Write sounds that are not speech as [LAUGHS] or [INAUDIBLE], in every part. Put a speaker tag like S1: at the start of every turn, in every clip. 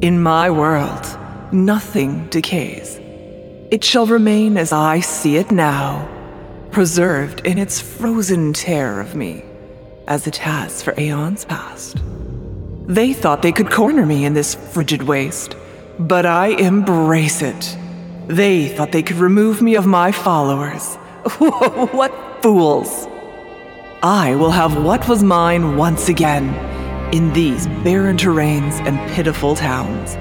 S1: In my world, nothing decays. It shall remain as I see it now, preserved in its frozen terror of me, as it has for aeons past. They thought they could corner me in this frigid waste, but I embrace it. They thought they could remove me of my followers. [LAUGHS] what fools! I will have what was mine once again in these barren terrains and pitiful towns.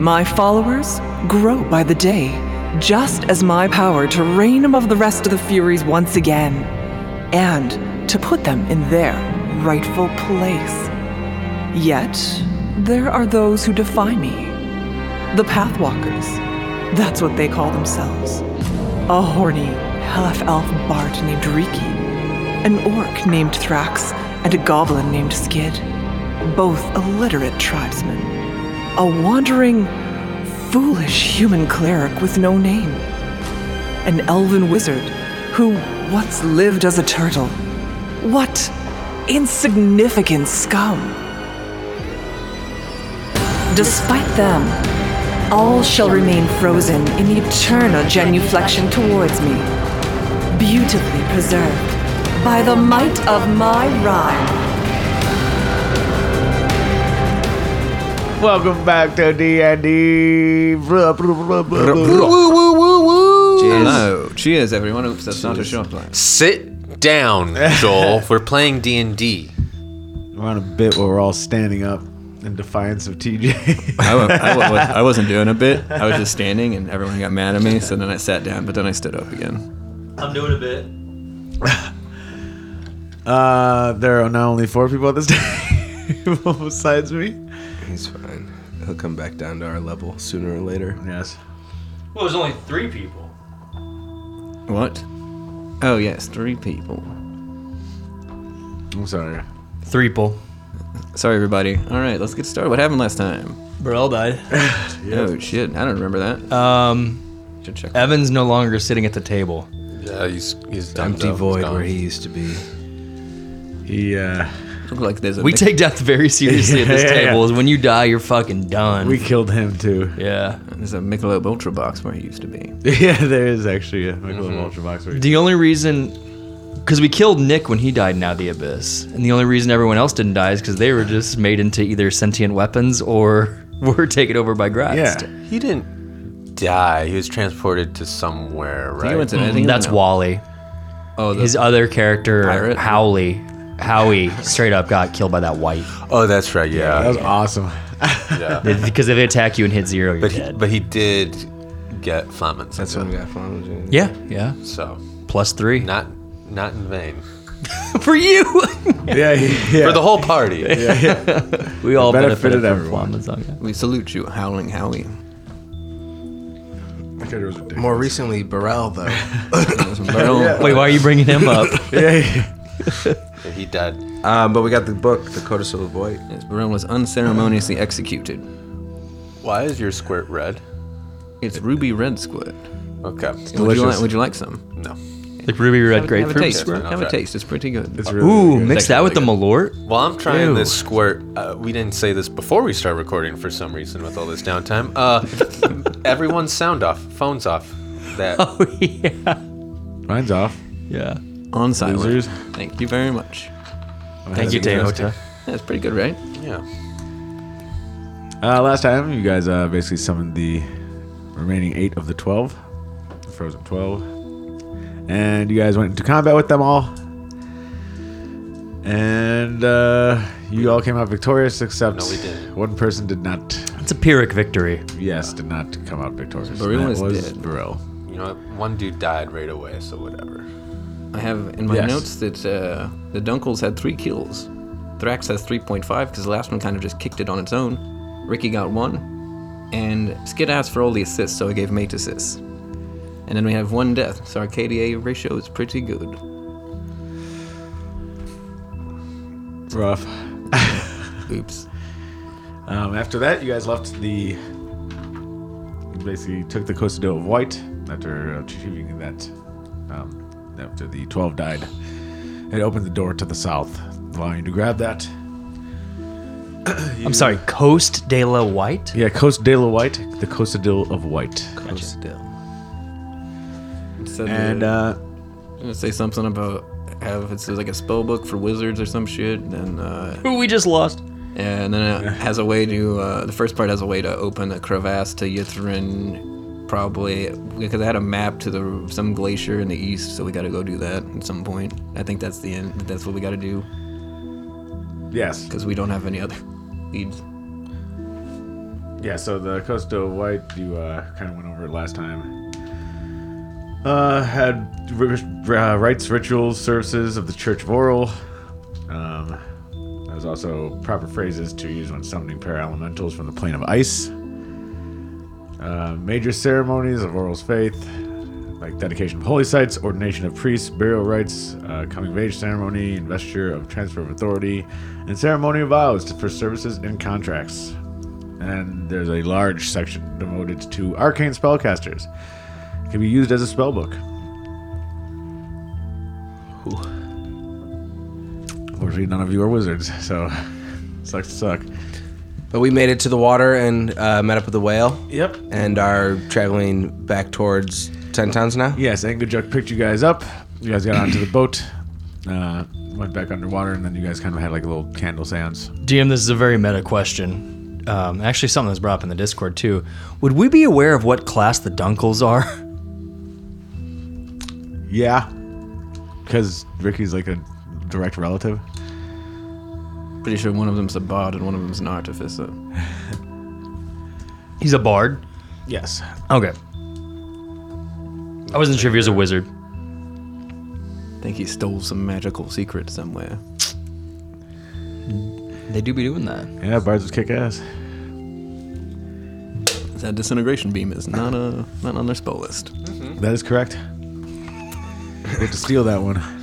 S1: My followers grow by the day, just as my power to reign above the rest of the Furies once again, and to put them in their rightful place. Yet, there are those who defy me. The Pathwalkers. That's what they call themselves. A horny, half elf bard named Riki, an orc named Thrax, and a goblin named Skid. Both illiterate tribesmen. A wandering, foolish human cleric with no name. An elven wizard who once lived as a turtle. What insignificant scum!
S2: Despite them, all shall remain frozen in the eternal genuflection towards me, beautifully preserved by the might of my rhyme.
S3: Welcome back to D and D.
S4: Hello. Cheers, everyone. Oops, that's not a shot glass.
S5: Sit down, Joel. We're playing D and D.
S3: We're on a bit where we're all standing up in defiance of TJ.
S4: I, wa- I, wa- I wasn't doing a bit. I was just standing, and everyone got mad at me. So then I sat down, but then I stood up again.
S6: I'm doing a bit.
S3: [LAUGHS] uh, there are now only four people at this [LAUGHS] table besides me.
S7: He's fine. He'll come back down to our level sooner or later.
S3: Yes.
S6: Well, there's only three people.
S4: What? Oh yes, three people.
S3: I'm sorry.
S8: Three people.
S4: Sorry, everybody. All right, let's get started. What happened last time?
S8: Burrell died.
S4: Oh shit, I don't remember that.
S8: Um,
S4: Should check.
S8: [LAUGHS] Evan's no longer sitting at the table.
S5: Yeah, he's he's done
S7: Empty
S5: though. He's
S7: void
S5: gone.
S7: where he used to be.
S3: He uh,
S4: Look like there's a
S8: We
S4: mic-
S8: take death very seriously [LAUGHS] at this
S3: Yeah, yeah, yeah.
S8: table. Is when you die, you're fucking done.
S3: we killed him too. [LAUGHS]
S8: yeah.
S4: There's a Michelob Ultra box where he used to be.
S3: yeah, there is actually a Michael
S7: Mm-hmm.
S3: Ultra box. Where he-
S8: The only reason, because we killed Nick when he died in Now the Abyss, and the only reason everyone else didn't die is because they were just made into either sentient weapons or [LAUGHS] were taken over by Gratz.
S3: yeah.
S5: He didn't die. He was transported to somewhere,
S4: I think
S5: right?
S4: it went to- I think it
S8: Mm, That's
S4: went-
S8: Wally.
S4: Oh, the,
S8: His other character,
S4: Pirate?
S8: Howley, Howie, straight up got killed by that [LAUGHS] white.
S5: oh, that's right.
S3: That
S5: Yeah.
S3: was awesome.
S5: yeah.
S8: Because if they attack you and hit zero, you're
S5: But he,
S8: dead.
S5: but he did get Flamens.
S7: That's when we got Flammage.
S8: yeah, yeah.
S5: so
S8: Plus three.
S5: not not in vain
S8: for you.
S3: yeah, [LAUGHS] he- yeah.
S5: for the whole party.
S8: we all
S3: benefited
S8: benefited,
S3: everyone.
S8: from Flamens. Okay.
S4: we salute you, Howling Howie.
S7: More recently, Burrell though.
S9: [LAUGHS]
S4: Burrell-
S8: Wait, why are you bringing him [LAUGHS] up?
S5: He died.
S9: Uh,
S7: um, but we got the book, The Codicil of Void.
S4: yes, Burrell was unceremoniously executed.
S5: Why is your squirt red?
S4: It's ruby red squirt.
S5: Okay.
S4: Would you,
S3: delicious.
S4: like, would you like some?
S5: No.
S8: like ruby red
S4: Have a
S8: grapefruit.
S4: taste.
S8: squirt?
S4: Have a taste. It's pretty
S3: [LAUGHS]
S4: good.
S3: It's really,
S8: Ooh,
S3: really good.
S8: mix that with the malort.
S5: Well, I'm trying
S8: Ew.
S5: this squirt. Uh, we didn't say this before we start recording for some reason with all this downtime.
S8: [LAUGHS]
S5: Uh, everyone's sound off, phones off. That
S8: Oh. yeah.
S3: Mine's off.
S8: Yeah.
S4: On silent.
S3: Losers.
S4: Thank you very much.
S8: Thank you, Teota.
S4: That's pretty good, right?
S5: yeah.
S3: Uh, last time, you guys uh, basically summoned the remaining eight of the 12, the frozen 12. And you guys went into combat with them all. And uh, you all came out victorious, except
S5: No, we didn't.
S3: one person did not,
S8: It's a Pyrrhic victory.
S3: yes, did not come out victorious. and
S4: Burrell
S3: that
S4: is
S3: was
S4: dead.
S3: Burrell.
S5: You know, what? one dude died right away, so whatever.
S4: I have in my
S3: Yes.
S4: notes that uh, the Dunkles had three kills. Thrax has 3.5 because the last one kind of just kicked it on its own. Ricky got one. And Skid asked for all the assists, so I gave him eight assists. And then we have one death, so our KDA ratio is pretty good.
S3: Rough.
S4: Oops.
S3: Um, after that, you guys left the. You basically took the Costa del White after achieving that. Um, after the 12 died. It opened the door to the south, allowing you to grab that. you
S8: I'm sorry, Coast de la White?
S3: Yeah, Coast de la White, the Costa del of White.
S4: Said
S3: And
S4: that-
S3: uh,
S4: gonna say something about have it's like a spell book for wizards or some shit, and uh,
S8: Who we just lost.
S4: and then it has a way to uh, the first part has a way to open a crevasse to Yithrin, probably because I had a map to the some glacier in the east, so we got to go do that at some point. I think that's the end. That's what we got to do
S3: yes,
S4: because we don't have any other [LAUGHS] leads.
S3: yeah. So the Costa del White, you uh, kind of went over it last time. Uh, had ri- uh, rites, rituals, services of the Church of Oral. Um, there's also proper phrases to use when summoning elementals from the plane of ice. Uh, major ceremonies of Oral's faith, like dedication of holy sites, ordination of priests, burial rites, uh, coming of age ceremony, investiture of transfer of authority, and ceremony of vows for services and contracts. And there's a large section devoted to arcane spellcasters. It can be used as a spellbook. Unfortunately, none of you are wizards, so [LAUGHS] sucks to suck.
S7: But we made it to the water and uh, met up with the whale.
S3: Yep.
S7: And are traveling back towards Ten Towns now.
S3: Yes, Angajuk picked you guys up. You guys got [CLEARS THROAT] onto the boat, uh, went back underwater, and then you guys kind of had like a little candle seance.
S8: DM, this is a very meta question. Um, actually, something that's brought up in the Discord too. Would we be aware of what class the Dunkles are? [LAUGHS]
S3: Yeah. Because Ricky's like a direct relative.
S4: Pretty sure one of them's a bard and one of them's an artificer.
S8: He's a bard.
S3: Yes.
S8: Okay. I wasn't sure if he was a wizard.
S4: I think he stole some magical secret somewhere.
S8: They do be doing that.
S3: Yeah, Bards would kick ass.
S4: That disintegration beam is not a not on their spell list.
S3: That is correct. You have to steal that one.
S8: [LAUGHS]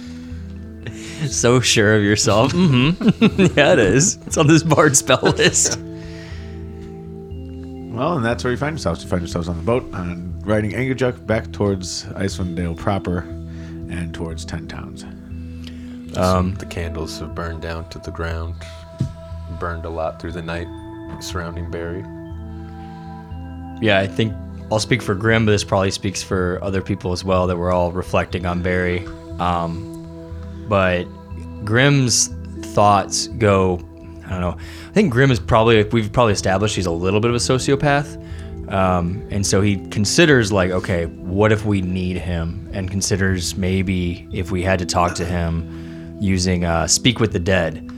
S8: So sure of yourself. [LAUGHS] hmm [LAUGHS] yeah, it is. It's on this bard spell list.
S3: Well, and that's where you find yourselves. You find yourselves on the boat and riding Angajuk back towards Icewind Dale proper and towards Ten Towns.
S8: Um,
S5: The candles have burned down to the ground, burned a lot through the night surrounding Barry.
S8: Yeah, I think I'll speak for Grim, but this probably speaks for other people as well that we're all reflecting on Barry. Um, but Grim's thoughts go, I don't know. I think Grim is probably, we've probably established he's a little bit of a sociopath. Um, and so he considers, like, okay, what if we need him? And considers maybe if we had to talk to him using uh, Speak with the Dead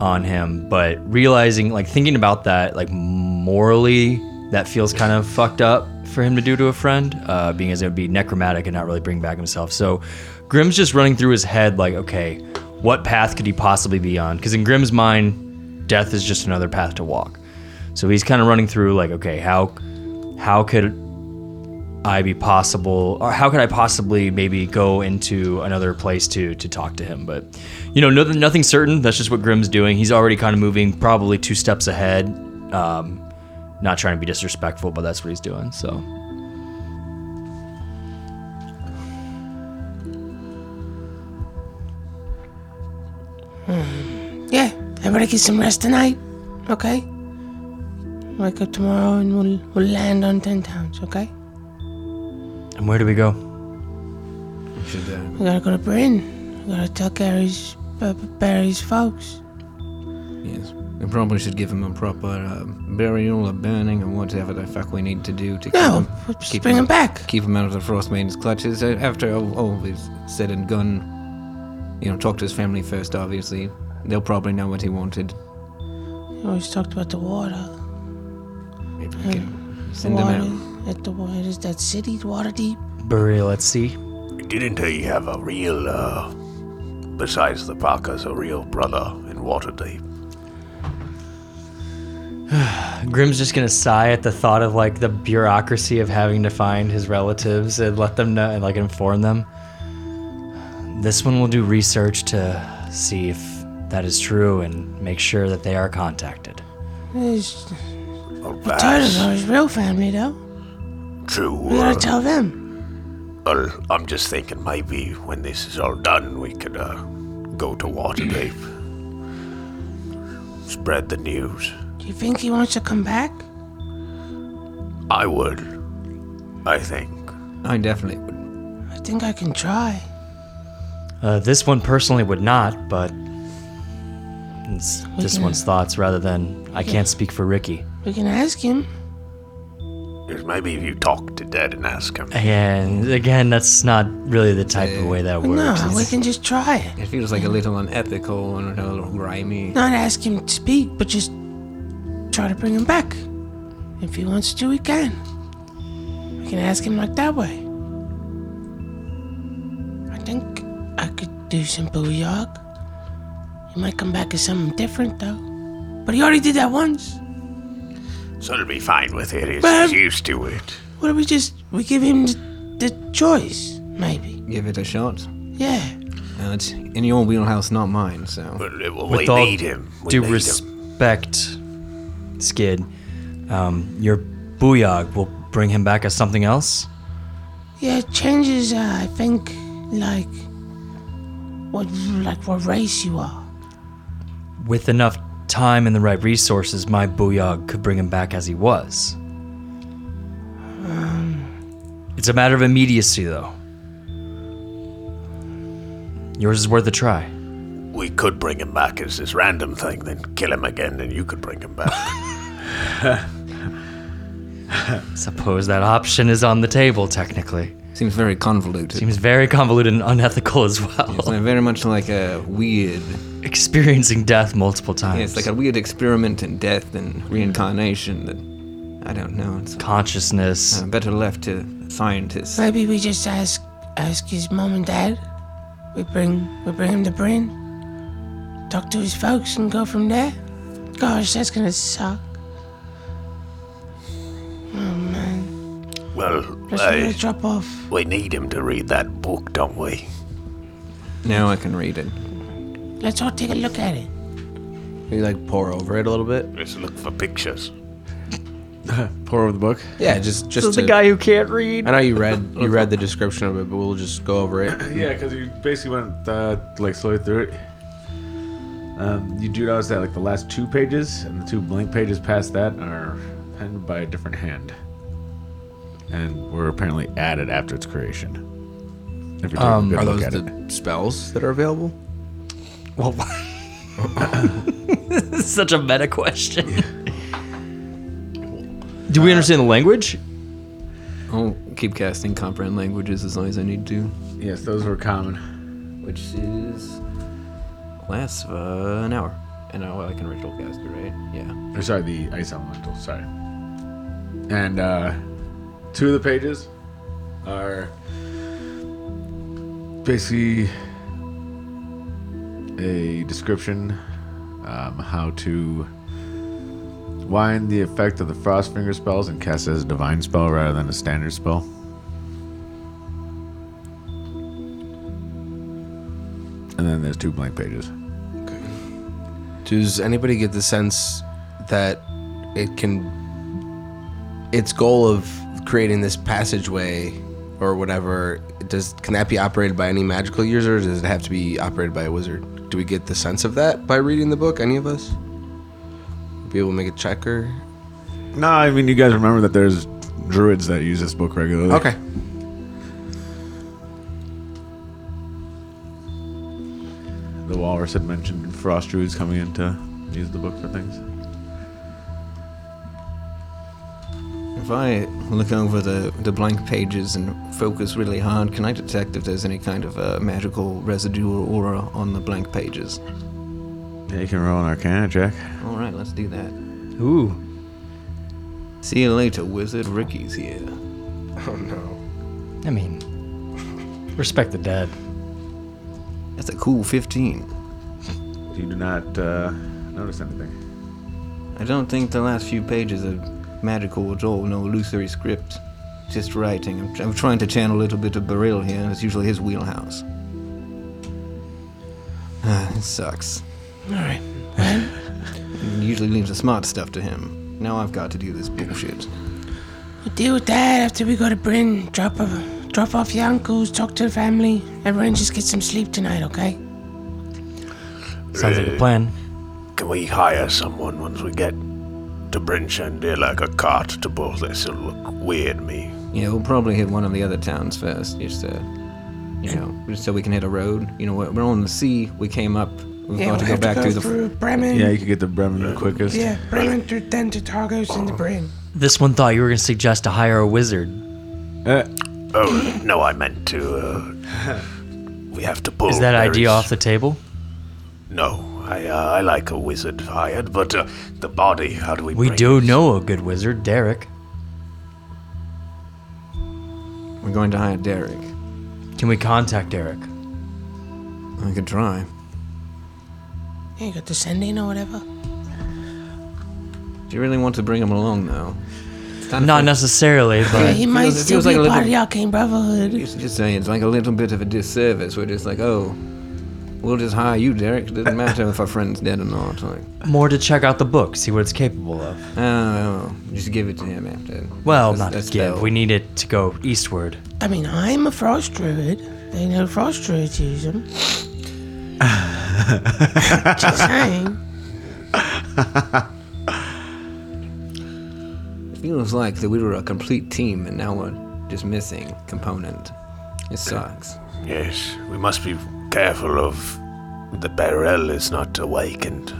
S8: on him, but realizing, like, thinking about that, like, morally, that feels kind of fucked up for him to do to a friend, uh, being as it would be necromantic and not really bring back himself. So Grimm's just running through his head, like, okay, what path could he possibly be on? Because in Grimm's mind, death is just another path to walk. So he's kind of running through, like, okay, how, how could I be possible, or how could I possibly maybe go into another place to to talk to him? But you know, nothing, nothing certain. That's just what Grimm's doing. He's already kind of moving, probably two steps ahead. Um, not trying to be disrespectful, but that's what he's doing. So
S10: Yeah, everybody get some rest tonight, okay? Wake up tomorrow and we'll, we'll land on 10 towns, okay?
S8: and where do we go?
S4: Should, uh,
S10: We gotta go to Bryn. We gotta tell Gary's, uh, Barry's folks.
S4: Yes. We probably should give him a proper uh, burial, a burning, and whatever the fuck we need to do to keep,
S10: No,
S4: him,
S10: we'll just
S4: keep
S10: bring him back.
S4: keep him out of the Frostmaiden's clutches. Uh, After all, all is said and done, you know, talk to his family first, obviously. They'll probably know what he wanted.
S10: You always talked about the water.
S4: Maybe we can
S10: The
S4: send him
S10: water
S4: out.
S10: at the water is that city, water deep.
S8: Burial at sea.
S11: Didn't he have a real, uh, besides the Parkers, a real brother
S8: [SIGHS]
S11: in Waterdeep?
S8: Grim's just gonna sigh at the thought of like the bureaucracy of having to find his relatives and let them know and like inform them. This one will do research to see if that is true and make sure that they are contacted.
S10: It's
S11: Or
S10: Turtles
S11: perhaps
S10: are his real family, though.
S11: true.
S10: We
S11: uh,
S10: gotta tell them.
S11: well, I'm just thinking maybe when this is all done, we could uh, go to Waterdeep. Spread the news.
S10: Do you think he wants to come back?
S11: I would. I think.
S4: I definitely would.
S10: I think I can try.
S8: Uh, this one personally would not, but it's
S10: We
S8: this
S10: can-
S8: one's thoughts rather than I
S10: Yeah.
S8: can't speak for Ricky.
S10: We can ask him.
S11: Because maybe if you talk to Dad and ask him.
S8: Eh. And again, that's not really the type of way that works.
S10: Uh, No, we can just try it.
S4: It feels like a little unethical and a little grimy.
S10: Not ask him to speak, but just try to bring him back. If he wants to, we can. We can ask him like that way. I think I could do some booyog. He might come back as something different, though. But he already did that once.
S11: So it'll be fine with it. He's
S10: But-
S11: used to it.
S10: What if we just we give him the, the choice, maybe?
S4: Give it a shot.
S10: Yeah.
S4: Uh, it's in your wheelhouse, not mine, so.
S8: With all due respect, Skid, um, your booyog will bring him back as something else.
S10: Yeah, it changes. Uh, I think like what like what race you are.
S8: With enough time and the right resources, my booyog could bring him back as he was. [SIGHS] It's a matter of immediacy, though. Yours is worth a try.
S11: We could bring him back as this random thing, then kill him again, and you could bring him [LAUGHS] back.
S8: Suppose that option is on the table, technically.
S4: Seems very convoluted.
S8: Seems very convoluted and unethical as well.
S4: It's like very much like a weird.
S8: Experiencing death multiple times.
S4: Yeah, it's like a weird experiment in death and reincarnation that. I don't know. It's
S8: Consciousness.
S4: Uh, better left to scientists.
S10: Maybe we just ask ask his mom and dad. We bring we bring him to Bryn. Talk to his folks and go from there. Gosh, that's gonna suck. Oh man.
S11: well,
S10: Let's
S11: uh,
S10: really drop off.
S11: we need him to read that book, don't we?
S4: Now I can read it.
S10: Let's all take a look at it.
S9: You like pour over it a little bit.
S11: Let's look for pictures.
S9: pour over the book. Yeah, just just to-
S8: who can't read.
S9: I know you read you read the description of it, but we'll just go over it.
S3: Yeah, because you basically went uh, like slowly through it. Um, you do notice that like the last two pages and the two blank pages past that are penned by a different hand, and were apparently added after its creation. If you take a
S9: Um,
S3: good
S9: are
S3: look
S9: those
S3: at
S9: the
S3: it.
S9: spells that are available?
S8: Well, this is [LAUGHS] such a meta question. Do we understand the language?
S4: I'll keep casting comprehend languages as long as I need to.
S3: Yes, those were common.
S4: Which is lasts uh, an hour. An hour I can ritual cast it, right? Yeah.
S3: Or sorry, the ice elemental. Sorry. And uh, two of the pages are basically a description um, how to wind the effect of the frost finger spells and cast it as a divine spell rather than a standard spell. And then there's two blank pages.
S9: Does anybody get the sense that it can its goal of creating this passageway or whatever does can that be operated by any magical user or does it have to be operated by a wizard? Do we get the sense of that by reading the book, any of us? Be able to make a check or
S3: No, I mean you guys remember that there's druids that use this book regularly.
S9: Okay.
S3: The walrus had mentioned frost druids coming in to use the book for things.
S4: If I look over the, the blank pages and focus really hard, can I detect if there's any kind of uh, magical residue or aura on the blank pages?
S3: Yeah, you can roll an Arcana check.
S4: All right, let's do that.
S8: Ooh.
S4: See you later, wizard. Ricky's here.
S9: Oh no.
S8: I mean, respect the dead.
S4: That's a cool 15.
S3: You do not uh, notice anything.
S4: I don't think the last few pages are magical at all. No illusory script. Just writing. I'm, I'm trying to channel a little bit of Beryl here. It's usually his wheelhouse. [SIGHS] Ah, it sucks.
S10: Alright.
S4: [LAUGHS] It usually leaves the smart stuff to him. Now I've got to do this bullshit.
S10: We'll deal with that after we go to Bryn, drop a, drop off your uncles, talk to the family. Everyone just get some sleep tonight, okay?
S8: Sounds like a plan.
S11: Uh, Can we hire someone once we get to bring Shandir like a cart to pull this. It'll look weird me.
S4: Yeah, we'll probably hit one of the other towns first, just to, you know, just so we can hit a road. You know, we're, we're on the sea. We came up. We've
S10: Yeah,
S4: got to
S10: we'll
S4: go
S10: have to
S4: back
S10: go
S4: through the.
S10: through Bremen.
S3: Yeah, you could get the Bremen the quickest.
S10: Yeah, Bremen through then to Targos and the Brim.
S8: This one thought you were going to suggest to hire a wizard.
S11: [LAUGHS] Oh, no, I meant to. Uh, we have to pull.
S4: Oh,
S8: Is that idea
S11: berries.
S8: off the table?
S11: No, I, uh, I like a wizard hired, but uh, the body, how do we
S8: We
S11: bring
S8: do know a good wizard, Derek.
S4: We're going to hire Derek.
S8: Can we contact Derek?
S4: I could try.
S10: Yeah, you got the sending or whatever.
S4: Do you really want to bring him along, though? It's kind of
S8: Not
S4: like- [LAUGHS]
S8: necessarily, but-
S10: Yeah, he might
S4: feels- it
S10: still
S4: feels
S10: be
S4: like
S10: a
S4: a
S10: part of the
S4: little-
S10: Arcane Brotherhood.
S4: Just, just saying, it's like a little bit of a disservice. We're just like, oh, we'll just hire you, Derek. It doesn't matter if our friend's dead or not. Like,
S8: More to check out the book, see what it's capable of.
S4: oh, oh, just give it to him after.
S8: Well,
S4: That's-
S8: not
S4: that's
S8: to give.
S4: spell.
S8: We need it to go eastward.
S10: I mean, I'm a frost druid. They know frost druids use them. Just saying.
S4: It feels like that we were a complete team and now we're just missing component. It sucks.
S11: Yes, we must be careful of the Barrel is not awakened.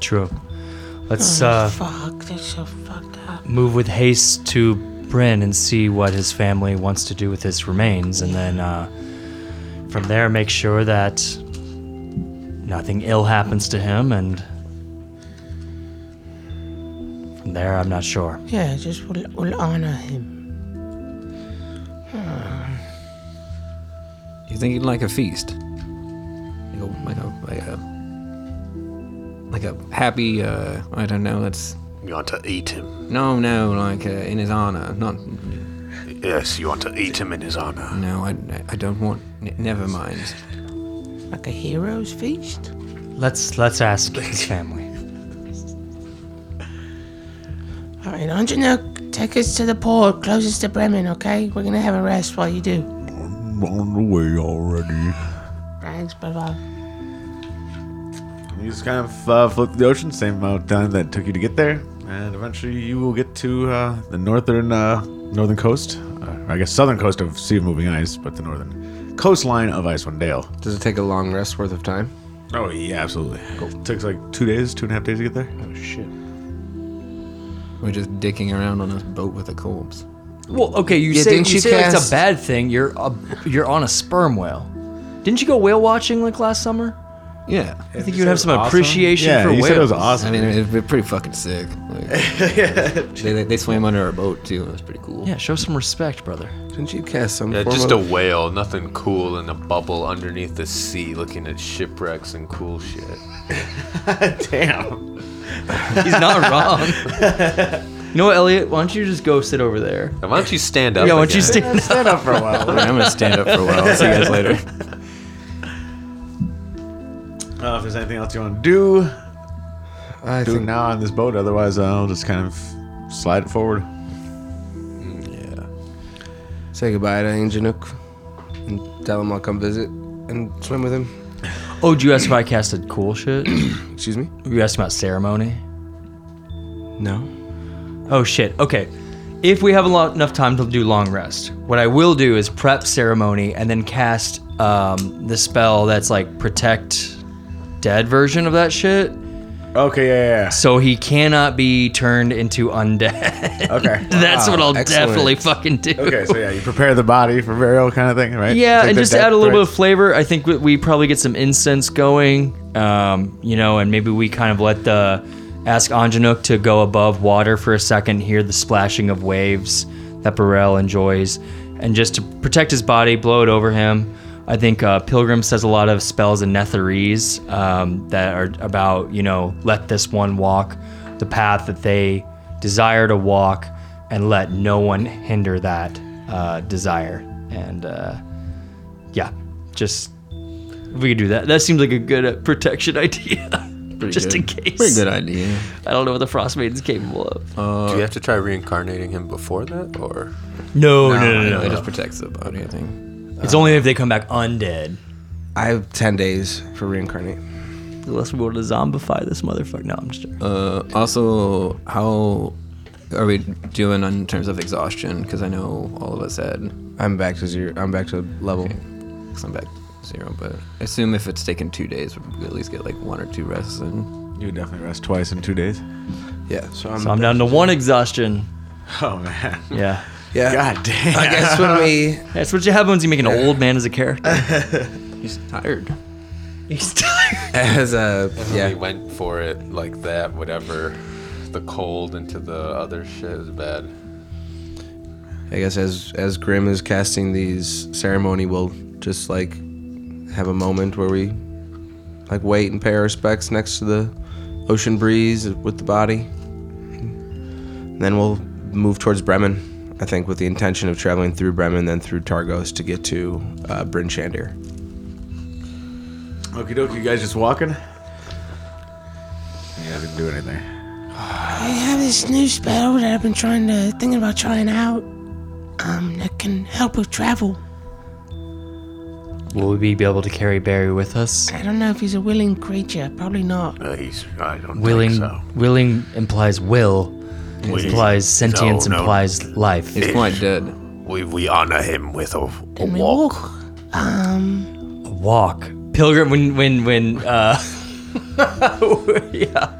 S8: True. Let's
S10: Oh,
S8: uh,
S10: fuck, that's so fucked up.
S8: move with haste to Bryn and see what his family wants to do with his remains, and then uh, from there make sure that nothing ill happens to him. And from there, I'm not sure.
S10: Yeah, just will will honor him.
S4: You think you'd like a feast? Like a, like a, like a, like a happy, uh, I don't know, let's.
S11: You want to eat him?
S4: No, no, like uh, in his honor. Not.
S11: Yes, you want to eat him in his honor.
S4: No, I, I don't want. N- never mind.
S10: Like a hero's feast?
S8: Let's let's ask [LAUGHS] his family.
S10: Alright, on your now take us to the port closest to Bremen, okay? We're gonna have a rest while you do.
S3: on the way already.
S10: Thanks, brother.
S3: You just kind of uh, float through the ocean, same amount of time that took you to get there, and eventually you will get to uh, the northern uh, northern coast. Uh, I guess southern coast of Sea of Moving Ice, but the northern coastline of Icewind Dale.
S5: Does it take a long rest worth of time?
S3: Oh yeah, absolutely. It takes like two days, two and a half days to get there. Oh shit.
S4: We're just dicking around on a boat with a corpse.
S8: Well, okay, you
S4: Yeah,
S8: say, you
S4: didn't you
S8: say like it's
S4: cast-
S8: a bad thing. You're a, you're on a sperm whale. Didn't you go whale watching like last summer?
S4: Yeah.
S8: I think you would have some appreciation for whales.
S4: I mean, it- it's pretty fucking sick.
S5: [LAUGHS]
S4: Like, they, they, they swam under our boat too. It was pretty cool.
S8: Yeah, show some respect, brother.
S9: Didn't you cast some?
S5: Yeah,
S9: form
S5: just
S9: of-
S5: a whale, nothing cool in a bubble underneath the sea looking at shipwrecks and cool shit.
S3: Damn.
S8: He's not wrong. you know what, Elliot? Why don't you just go sit over there?
S5: Now, why don't you stand up?
S8: Yeah, why don't you
S5: again? [LAUGHS]
S8: stand,
S4: Alright, I'm gonna stand up for a while. I'll see you guys later.
S3: Uh, if there's anything else you want to do,
S9: I
S3: do it
S9: think-
S3: now on this boat. Otherwise, I'll just kind of slide it forward.
S9: Say goodbye to Ingenuk and tell him I'll come visit and swim with him.
S8: Oh, did you ask if I casted cool shit?
S9: Excuse me?
S8: You asked about ceremony?
S9: No.
S8: Oh, shit. Okay. If we have a lot, enough time to do long rest, what I will do is prep ceremony and then cast um, the spell that's like protect dead version of that shit.
S3: Okay, yeah, yeah.
S8: So he cannot be turned into undead. [LAUGHS]
S3: Okay.
S8: that's
S3: Wow,
S8: what I'll
S9: Ah,
S3: excellent.
S8: definitely fucking do.
S3: Okay, so yeah, you prepare the body for burial, kind of thing, right?
S8: Yeah,
S3: It's like
S8: and
S3: the
S8: just
S3: death
S8: add a little
S3: threat.
S8: bit of flavor. I think we, we probably get some incense going, um, you know, and maybe we kind of let the ask Anjanuk to go above water for a second, hear the splashing of waves that Burrell enjoys, and just to protect his body, blow it over him. I think uh, Pilgrim says a lot of spells and netherese um, that are about, you know, let this one walk the path that they desire to walk and let no one hinder that uh, desire. And uh, yeah, just if we could do that. That seems like a good uh, protection [LAUGHS] idea, just in
S4: good.
S8: case.
S4: Pretty good idea.
S8: I don't know what the frost maiden's capable of.
S5: Do you have to try reincarnating him before that, or
S8: No, no, no, no,
S4: It
S8: no.
S4: just protects the body, I think.
S8: It's only if they come back undead.
S9: I have 10 days for reincarnate.
S8: Unless we were to zombify this motherfucker. No, I'm just joking.
S4: Uh, also, how are we doing in terms of exhaustion? Because I know all of us had.
S9: I'm back to zero. I'm back to level.
S4: Because I'm back to zero, but I assume if it's taken two days, we at least get like one or two rests. And
S3: you would definitely rest twice in two days.
S9: Yeah, so
S8: So I'm down to one exhaustion.
S3: Oh man.
S8: Yeah.
S9: Yeah.
S3: God damn.
S9: I guess when we.
S8: That's what you have when you make an old man as a character.
S4: He's tired.
S8: He's tired.
S9: [LAUGHS] As a
S5: And when we
S9: yeah.
S5: went for it like that, whatever, the cold into the other shit is bad.
S9: I guess as as Grim is casting these ceremony, we'll just like have a moment where we like wait and pay our respects next to the ocean breeze with the body. And then we'll move towards Bremen, I think, with the intention of traveling through Bremen, then through Targos to get to uh, Bryn Shandir.
S3: Okie dokie, you guys just walking? You guys didn't do anything.
S10: I have this new spell that I've been trying to thinking about trying out. Um, that can help with travel.
S8: [LAUGHS] Will we be able to carry Barry with us?
S10: I don't know if he's a willing creature. Probably not.
S11: Uh, he's, I don't
S8: Willing
S11: think so.
S8: willing implies will.
S11: We-
S8: Implies sentience
S11: no, no.
S8: implies life.
S11: He's quite
S4: dead.
S11: We, we honor him with a, a
S10: Can we
S11: walk.
S10: walk? Um,
S8: walk pilgrim when when when uh [LAUGHS] yeah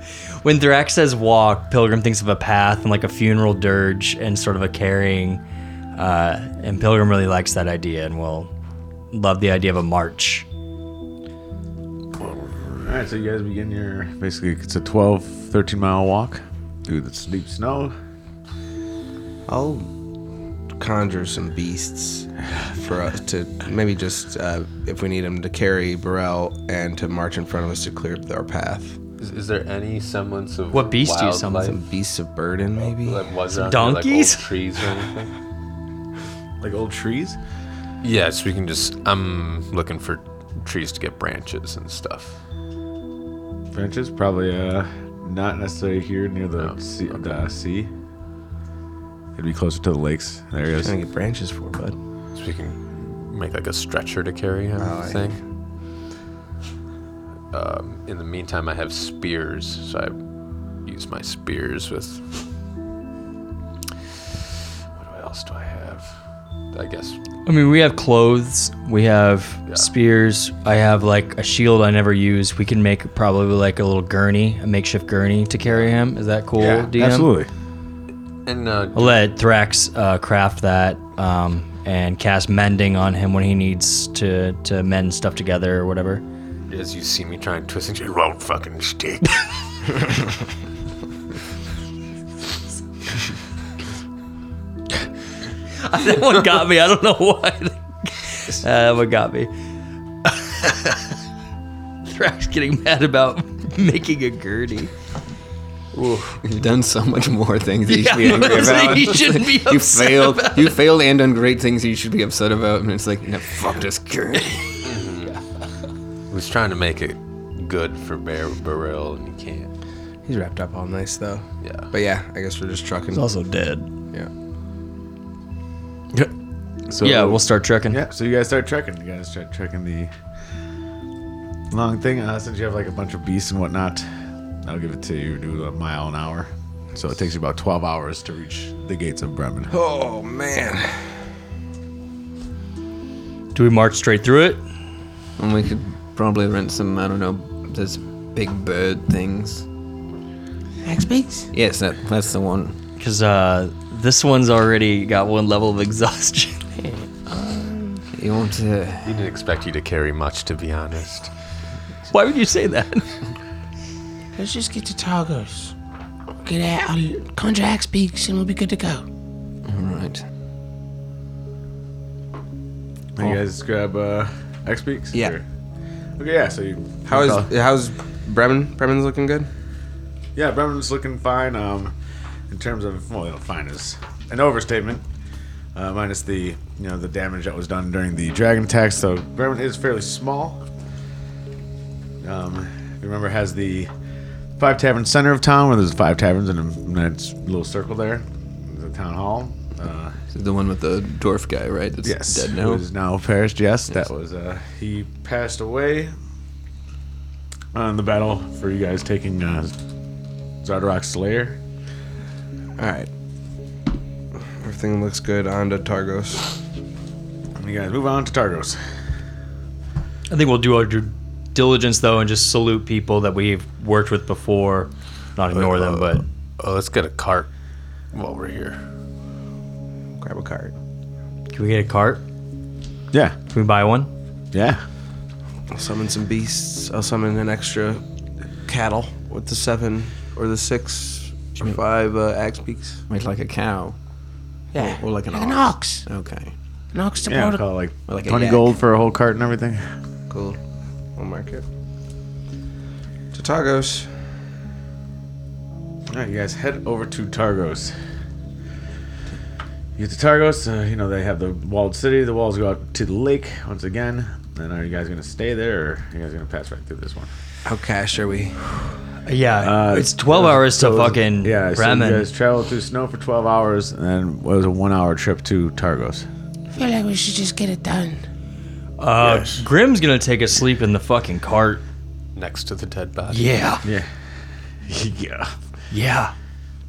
S8: when thrax says walk pilgrim thinks of a path and like a funeral dirge and sort of a carrying uh and pilgrim really likes that idea and will love the idea of a march
S3: All right, so you guys begin your basically it's a 12, 13 mile walk through the deep snow.
S9: I'll conjure some beasts for us to maybe just uh, if we need them to carry Burrell and to march in front of us to clear up our path.
S5: Is, is there any semblance of
S9: What beast do you
S5: wildlife
S9: summon? Some beasts of burden, maybe?
S5: That was
S9: Some
S5: out there, like, old
S9: donkeys?
S5: trees or anything?
S3: like old trees?
S5: [LAUGHS] Yes, we can just. I'm looking for trees to get branches and stuff.
S3: Branches probably uh not necessarily here near the sea, the sea. It'd be closer to the lakes. There he is.
S9: Trying to get branches for bud.
S5: So we can make like a stretcher to carry him.
S9: Oh,
S5: I
S9: yeah.
S5: think. Um, in the meantime, I have spears, so I use my spears with. What else do I have? I guess
S8: i mean we have clothes we have spears i have like a shield i never use we can make probably like a little gurney a makeshift gurney to carry him is that cool
S5: Yeah,
S8: DM?
S5: absolutely. And uh,
S8: I'll let Thrax uh, craft that um, and cast mending on him when he needs to, to mend stuff together or whatever. [LAUGHS]
S5: as you see me trying to twist,
S11: It won't fucking stick.
S8: that one got me. I don't know why. [LAUGHS] uh, that one got me. [LAUGHS] Thrax getting mad about [LAUGHS] making a gurney.
S4: You've done so much more things that you should be
S8: Yeah,
S4: angry
S8: [LAUGHS]
S10: [LAUGHS]
S8: I'm saying
S4: about.
S8: you shouldn't be
S4: [LAUGHS] you
S8: upset
S4: failed.
S8: about
S4: you failed and done great things that you should be upset about, and it's like, no, fuck this
S10: [LAUGHS]
S4: gurney.
S5: I was trying to make it good for Bar- Burrell, and you can't.
S9: He's wrapped up all nice though.
S5: Yeah.
S9: But yeah, I guess we're just trucking.
S8: He's also dead.
S9: Yeah.
S3: So
S8: yeah, we'll start trekking.
S3: Yeah, so you guys start trekking. You guys start trekking the long thing. Uh, since you have like a bunch of beasts and whatnot, I'll give it to you. Do a mile an hour. So it takes you about 12 hours to reach the gates of Bremen.
S9: Oh man.
S8: Do we march straight through it?
S4: And we could probably rent some, I don't know, those big bird things.
S10: Axe beaks?
S4: Yes, that, that's the one.
S8: Because uh, this one's already got one level of [LAUGHS] exhaustion.
S4: You want to?
S5: He didn't expect you to carry much, to be honest.
S8: Why would you say that?
S10: Let's just get to Targos. Get out, I'll conjure axe beaks, and we'll be good to go.
S4: All right.
S3: You guys grab uh, X Peaks?
S9: Yeah.
S3: Okay, yeah, so you.
S9: How is how's Bremen? Bremen's looking good.
S3: Yeah, Bremen's looking fine. Um, in terms of well, you know, fine is an overstatement. Uh, minus the you know the damage that was done during the dragon attack, so Bremen is fairly small. Um, if you remember, has the five tavern center of town where there's five taverns in a nice little circle there. The town hall. Uh,
S4: the one with the dwarf guy, right? That's
S3: yes,
S4: dead
S3: who
S4: now.
S3: is now perished. Yes, that was uh, he passed away. on the battle for you guys taking uh, Zardarok's lair.
S9: All right. Everything looks good. On to Targos.
S3: You guys move on to Targos.
S8: I think we'll do our due diligence though, and just salute people that we've worked with before. Not ignore them,
S3: Uh,
S8: but
S5: oh, let's get a cart while we're here.
S9: Grab a cart.
S8: Can we get a cart?
S3: Yeah.
S8: Can we buy one?
S3: Yeah.
S9: I'll summon some beasts. I'll summon an extra cattle with the seven or the six or five uh, axe beaks.
S4: Wait, like a cow.
S10: Yeah.
S4: Or like an
S10: Like
S4: ox.
S10: an ox.
S4: Okay.
S10: An ox to
S3: Yeah,
S10: put a-
S3: call it like,
S4: Or like a
S3: 20
S4: yak.
S3: gold for a whole cart and everything.
S9: Cool. I'll mark it. To Targos.
S3: All right, you guys head over to Targos. You get to Targos. Uh, you know they have the walled city. The walls go out to the lake once again. And are you guys gonna stay there, or are you guys gonna pass right through this one?
S9: How cashed are we?
S8: Yeah,
S3: Uh,
S8: it's twelve
S3: uh,
S8: hours to
S3: so it was-
S8: fucking
S3: yeah. So you
S8: Bremen.
S3: guys travel through snow for twelve hours, and then it was a one-hour trip to Targos.
S10: I feel like we should just get it done.
S8: uh, Grim's gonna take a sleep in the fucking cart
S5: next to the dead body.
S8: Yeah.
S5: [LAUGHS]
S3: Yeah. yeah.
S8: Yeah.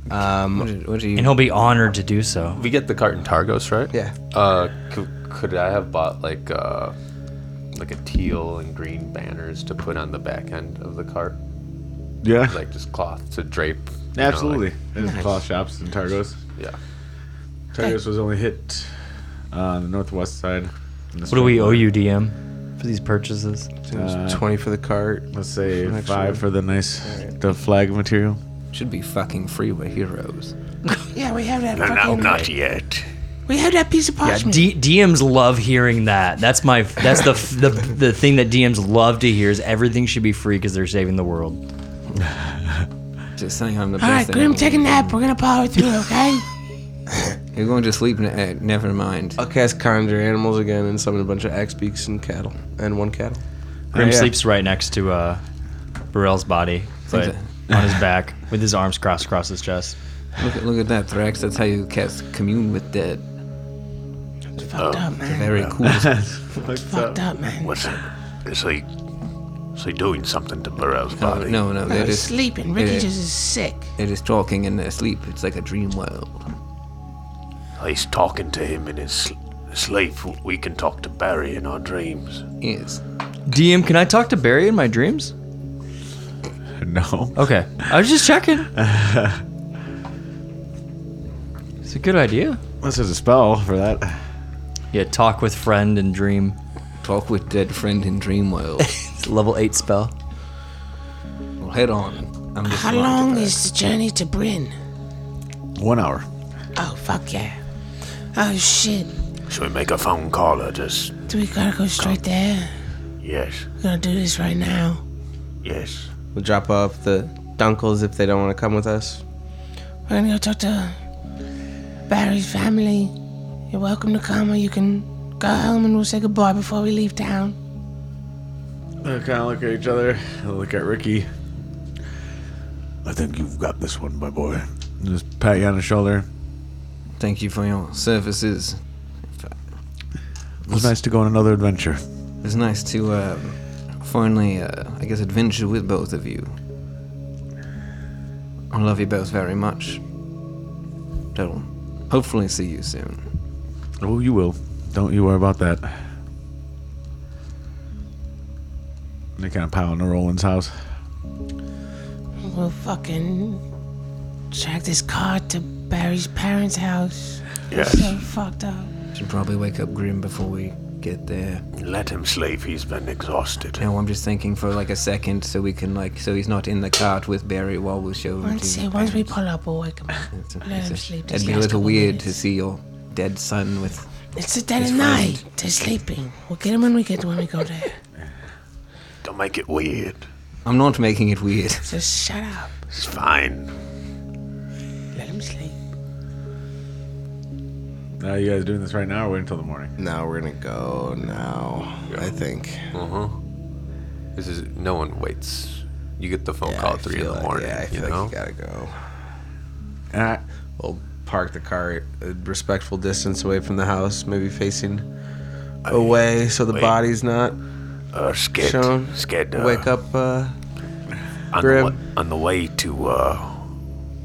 S9: Um,
S4: you-
S8: and he'll be honored to do so.
S5: We get the cart in Targos, right?
S9: Yeah.
S5: Uh, could, could I have bought like uh, like a teal and green banners to put on the back end of the cart?
S3: Yeah.
S5: Like just cloth to drape. you know, like-
S3: Absolutely. There's cloth shops in Targos.
S5: Yeah.
S3: Targos was only hit uh, on the northwest side. in the
S8: What do we
S3: spring.
S8: owe you, DM, for these purchases?
S3: Uh,
S9: Twenty for the cart.
S3: Let's say
S9: Next
S3: five
S9: one.
S3: for the nice the flag material. [LAUGHS]
S4: Should be fucking free. We're heroes.
S10: Yeah, we have that
S11: No, no,
S10: fucking.
S11: not yet.
S10: We have that piece of
S8: Yeah,
S10: parchment.
S8: D- DMs love hearing that. That's my. That's the [LAUGHS] the the thing that DMs love to hear is everything should be free because they're saving the world.
S4: Just saying, I'm the
S10: All right,
S4: best.
S10: Grim, take a nap. We're gonna power through, okay?
S4: You're going to sleep. ne- eh, never mind.
S9: I'll cast conjure animals again and summon a bunch of axe beaks and cattle and one cattle.
S8: Grim
S9: Oh, yeah.
S8: sleeps right next to uh, Burrell's body, but on his back with his arms crossed across his chest.
S4: Look at look at that, Thrax. That's how you cast commune with dead.
S10: It's fucked up, man.
S4: Very cool.
S10: It's fucked up, man.
S11: What's it? Is he, is he doing something to Burrell's
S4: Oh,
S11: body?
S4: no, no,
S10: No,
S4: they're
S10: he's
S4: just
S10: sleeping. Ricky
S4: they're-
S10: just is sick.
S4: They're just talking in their sleep. It's like a dream world.
S11: He's talking to him in his sl- sleep. We can talk to Barry in our dreams.
S4: Yes.
S8: DM, can I talk to Barry in my dreams?
S3: No.
S8: Okay, I was just [LAUGHS] checking. It's a good idea.
S3: Unless there's a spell for that.
S8: Yeah, talk with friend and dream.
S4: Talk with dead friend in dream
S10: [LAUGHS]
S4: world.
S8: It's a level eight spell.
S4: well, head on. I'm just
S10: How
S4: lying to
S10: long
S4: Thrax.
S10: is the journey to Bryn?
S3: One hour.
S10: Oh, fuck yeah. Oh, shit.
S11: Should we make a phone call or just.
S10: Do we gotta go straight there?
S11: Yes,
S10: We're gonna do this right now.
S11: yes.
S9: We'll drop off the dunkles if they don't want to come with us.
S10: We're gonna go talk to Barry's family. You're welcome to come, or you can go home and we'll say goodbye before we leave town.
S3: They kind of look at each other. They look at Ricky.
S11: I think you've got this one, my boy.
S3: Just pat you on the shoulder.
S4: Thank you for your services.
S3: It was nice to go on another adventure.
S4: It was nice to uh, finally, uh, I guess, adventure with both of you. I love you both very much. I'll hopefully see you soon.
S3: Oh, you will. Don't you worry about that. They kind of pile into Roland's house.
S10: We'll fucking track this car to Barry's parents' house.
S11: Yes.
S10: So fucked up.
S4: Should probably wake up Grim before we get there.
S11: Let him sleep. He's been exhausted.
S4: Now I'm just thinking for like a second, so we can like, so he's not in the cart with Barry while we show him. to
S10: Once,
S4: the
S10: once we pull up, we'll wake him up.
S4: parents. It's a-
S10: Let him
S4: it's a-
S10: sleep. these
S4: It'd be a
S10: last
S4: little
S10: couple
S4: weird
S10: minutes.
S4: to see your dead son with.
S10: It's the dead
S4: his
S10: of
S4: friend.
S10: night. They're sleeping. We'll get him when we get when we go there.
S11: Don't make it weird.
S4: I'm not making it weird.
S10: Just shut up.
S11: It's fine.
S10: Let him sleep.
S3: Now, you guys doing this right now or wait until the morning?
S9: Now we're gonna go now. I think.
S5: Uh huh. This is no one waits. You get the phone call
S9: I
S5: at three in
S9: feel
S5: the
S9: like-
S5: morning.
S9: yeah, I feel
S5: you
S9: like
S5: know.
S9: you gotta go.
S3: All right.
S9: We'll park the car a respectful distance away from the house, maybe facing away so the
S11: wait.
S9: body's not
S11: Uh, scared.
S9: shown.
S11: Scared. Uh,
S9: Wake up uh,
S11: On,
S9: Grim.
S11: The, wa- on the way to uh,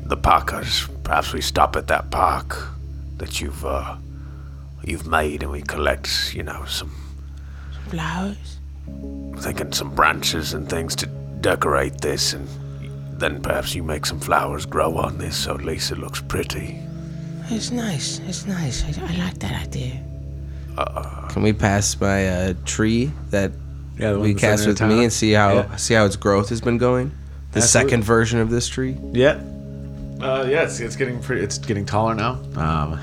S11: the Parkers, perhaps we stop at that park that you've uh, you've made, and we collect, you know, some
S10: Flowers?
S11: I'm thinking some branches and things to decorate this, and then perhaps you make some flowers grow on this, so at least it looks pretty.
S10: It's nice. It's nice. I, I like that idea.
S9: Can we pass by a tree that
S3: the one
S9: we
S3: that's
S9: cast
S3: under
S9: with
S3: the
S9: me
S3: town?
S9: and see how
S3: Yeah.
S9: see how its growth has been going? The
S3: Absolutely.
S9: second version of this tree.
S3: Yeah. Uh, yeah, it's, it's getting pretty. It's getting taller now. Um,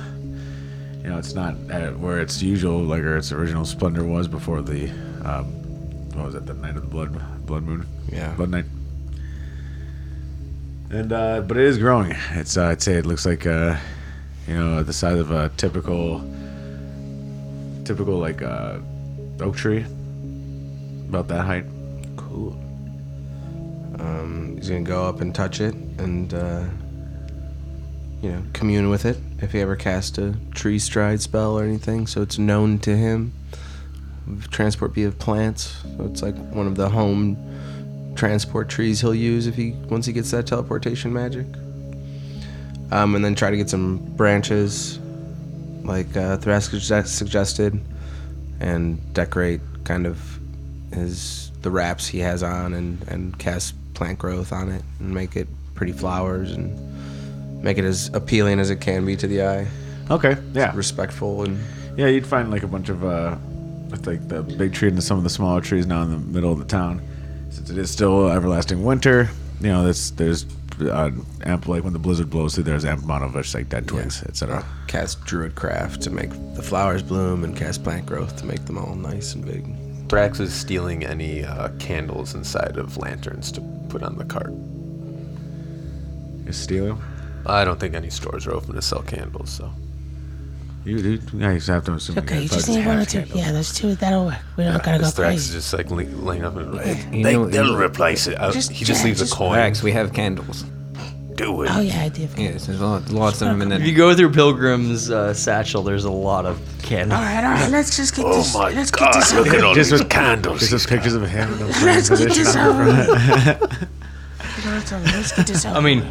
S3: you know, it's not at where its usual, like or its original splendor was before the, um, what was it, the night of the blood, blood moon?
S9: Yeah.
S3: blood night. And uh, but it is growing. It's uh, I'd say it looks like uh, you know the size of a typical, typical like uh, oak tree, about that height.
S9: Cool. Um, he's gonna go up and touch it, and uh, you know, commune with it. If he ever cast a tree stride spell or anything, so it's known to him. Transport be of plants, so it's like one of the home transport trees he'll use if he once he gets that teleportation magic. Um, and then try to get some branches, like uh, Thrask sugge- suggested, and decorate kind of his the wraps he has on and and cast plant growth on it and make it pretty flowers and make it as appealing as it can be to the eye.
S3: Okay. Yeah.
S9: Respectful and
S3: Yeah, you'd find like a bunch of uh, with like the big tree and some of the smaller trees now in the middle of the town, since it is still everlasting winter. You know, this there's uh, ample like when the blizzard blows through, there's ample amount of uh, like dead twigs, etc.
S9: Cast druid craft to make the flowers bloom and cast plant growth to make them all nice and big.
S5: Thrax is stealing any uh, candles inside of lanterns to put on the cart.
S3: You steal them?
S5: I don't think any stores are open to sell candles, so.
S3: You, you, yeah, you have to assume.
S10: Okay, you just need one or two. Yeah, those two. That'll work. We don't gotta go
S5: Thrax
S10: crazy.
S5: is just like le- laying up and
S10: You They- know- they'll replace it.
S11: uh,
S10: I- Just-
S5: he just
S10: yeah,
S5: leaves
S10: just-
S5: a coin.
S4: Rags, we have candles.
S11: Do
S10: Oh yeah, I did.
S4: Yes, there's lots, lots of them, and
S8: If you
S4: then
S8: go through Pilgrim's uh, satchel, there's a lot of
S10: All
S8: candles.
S10: right, all right. Let's just
S11: Oh
S10: get this. let's get this.
S3: just with candles. Just with pictures of him. in the
S10: Let's get
S3: position
S10: this
S3: on the
S10: over
S3: front.
S10: [LAUGHS] Let's let's get this. Over.
S8: I mean,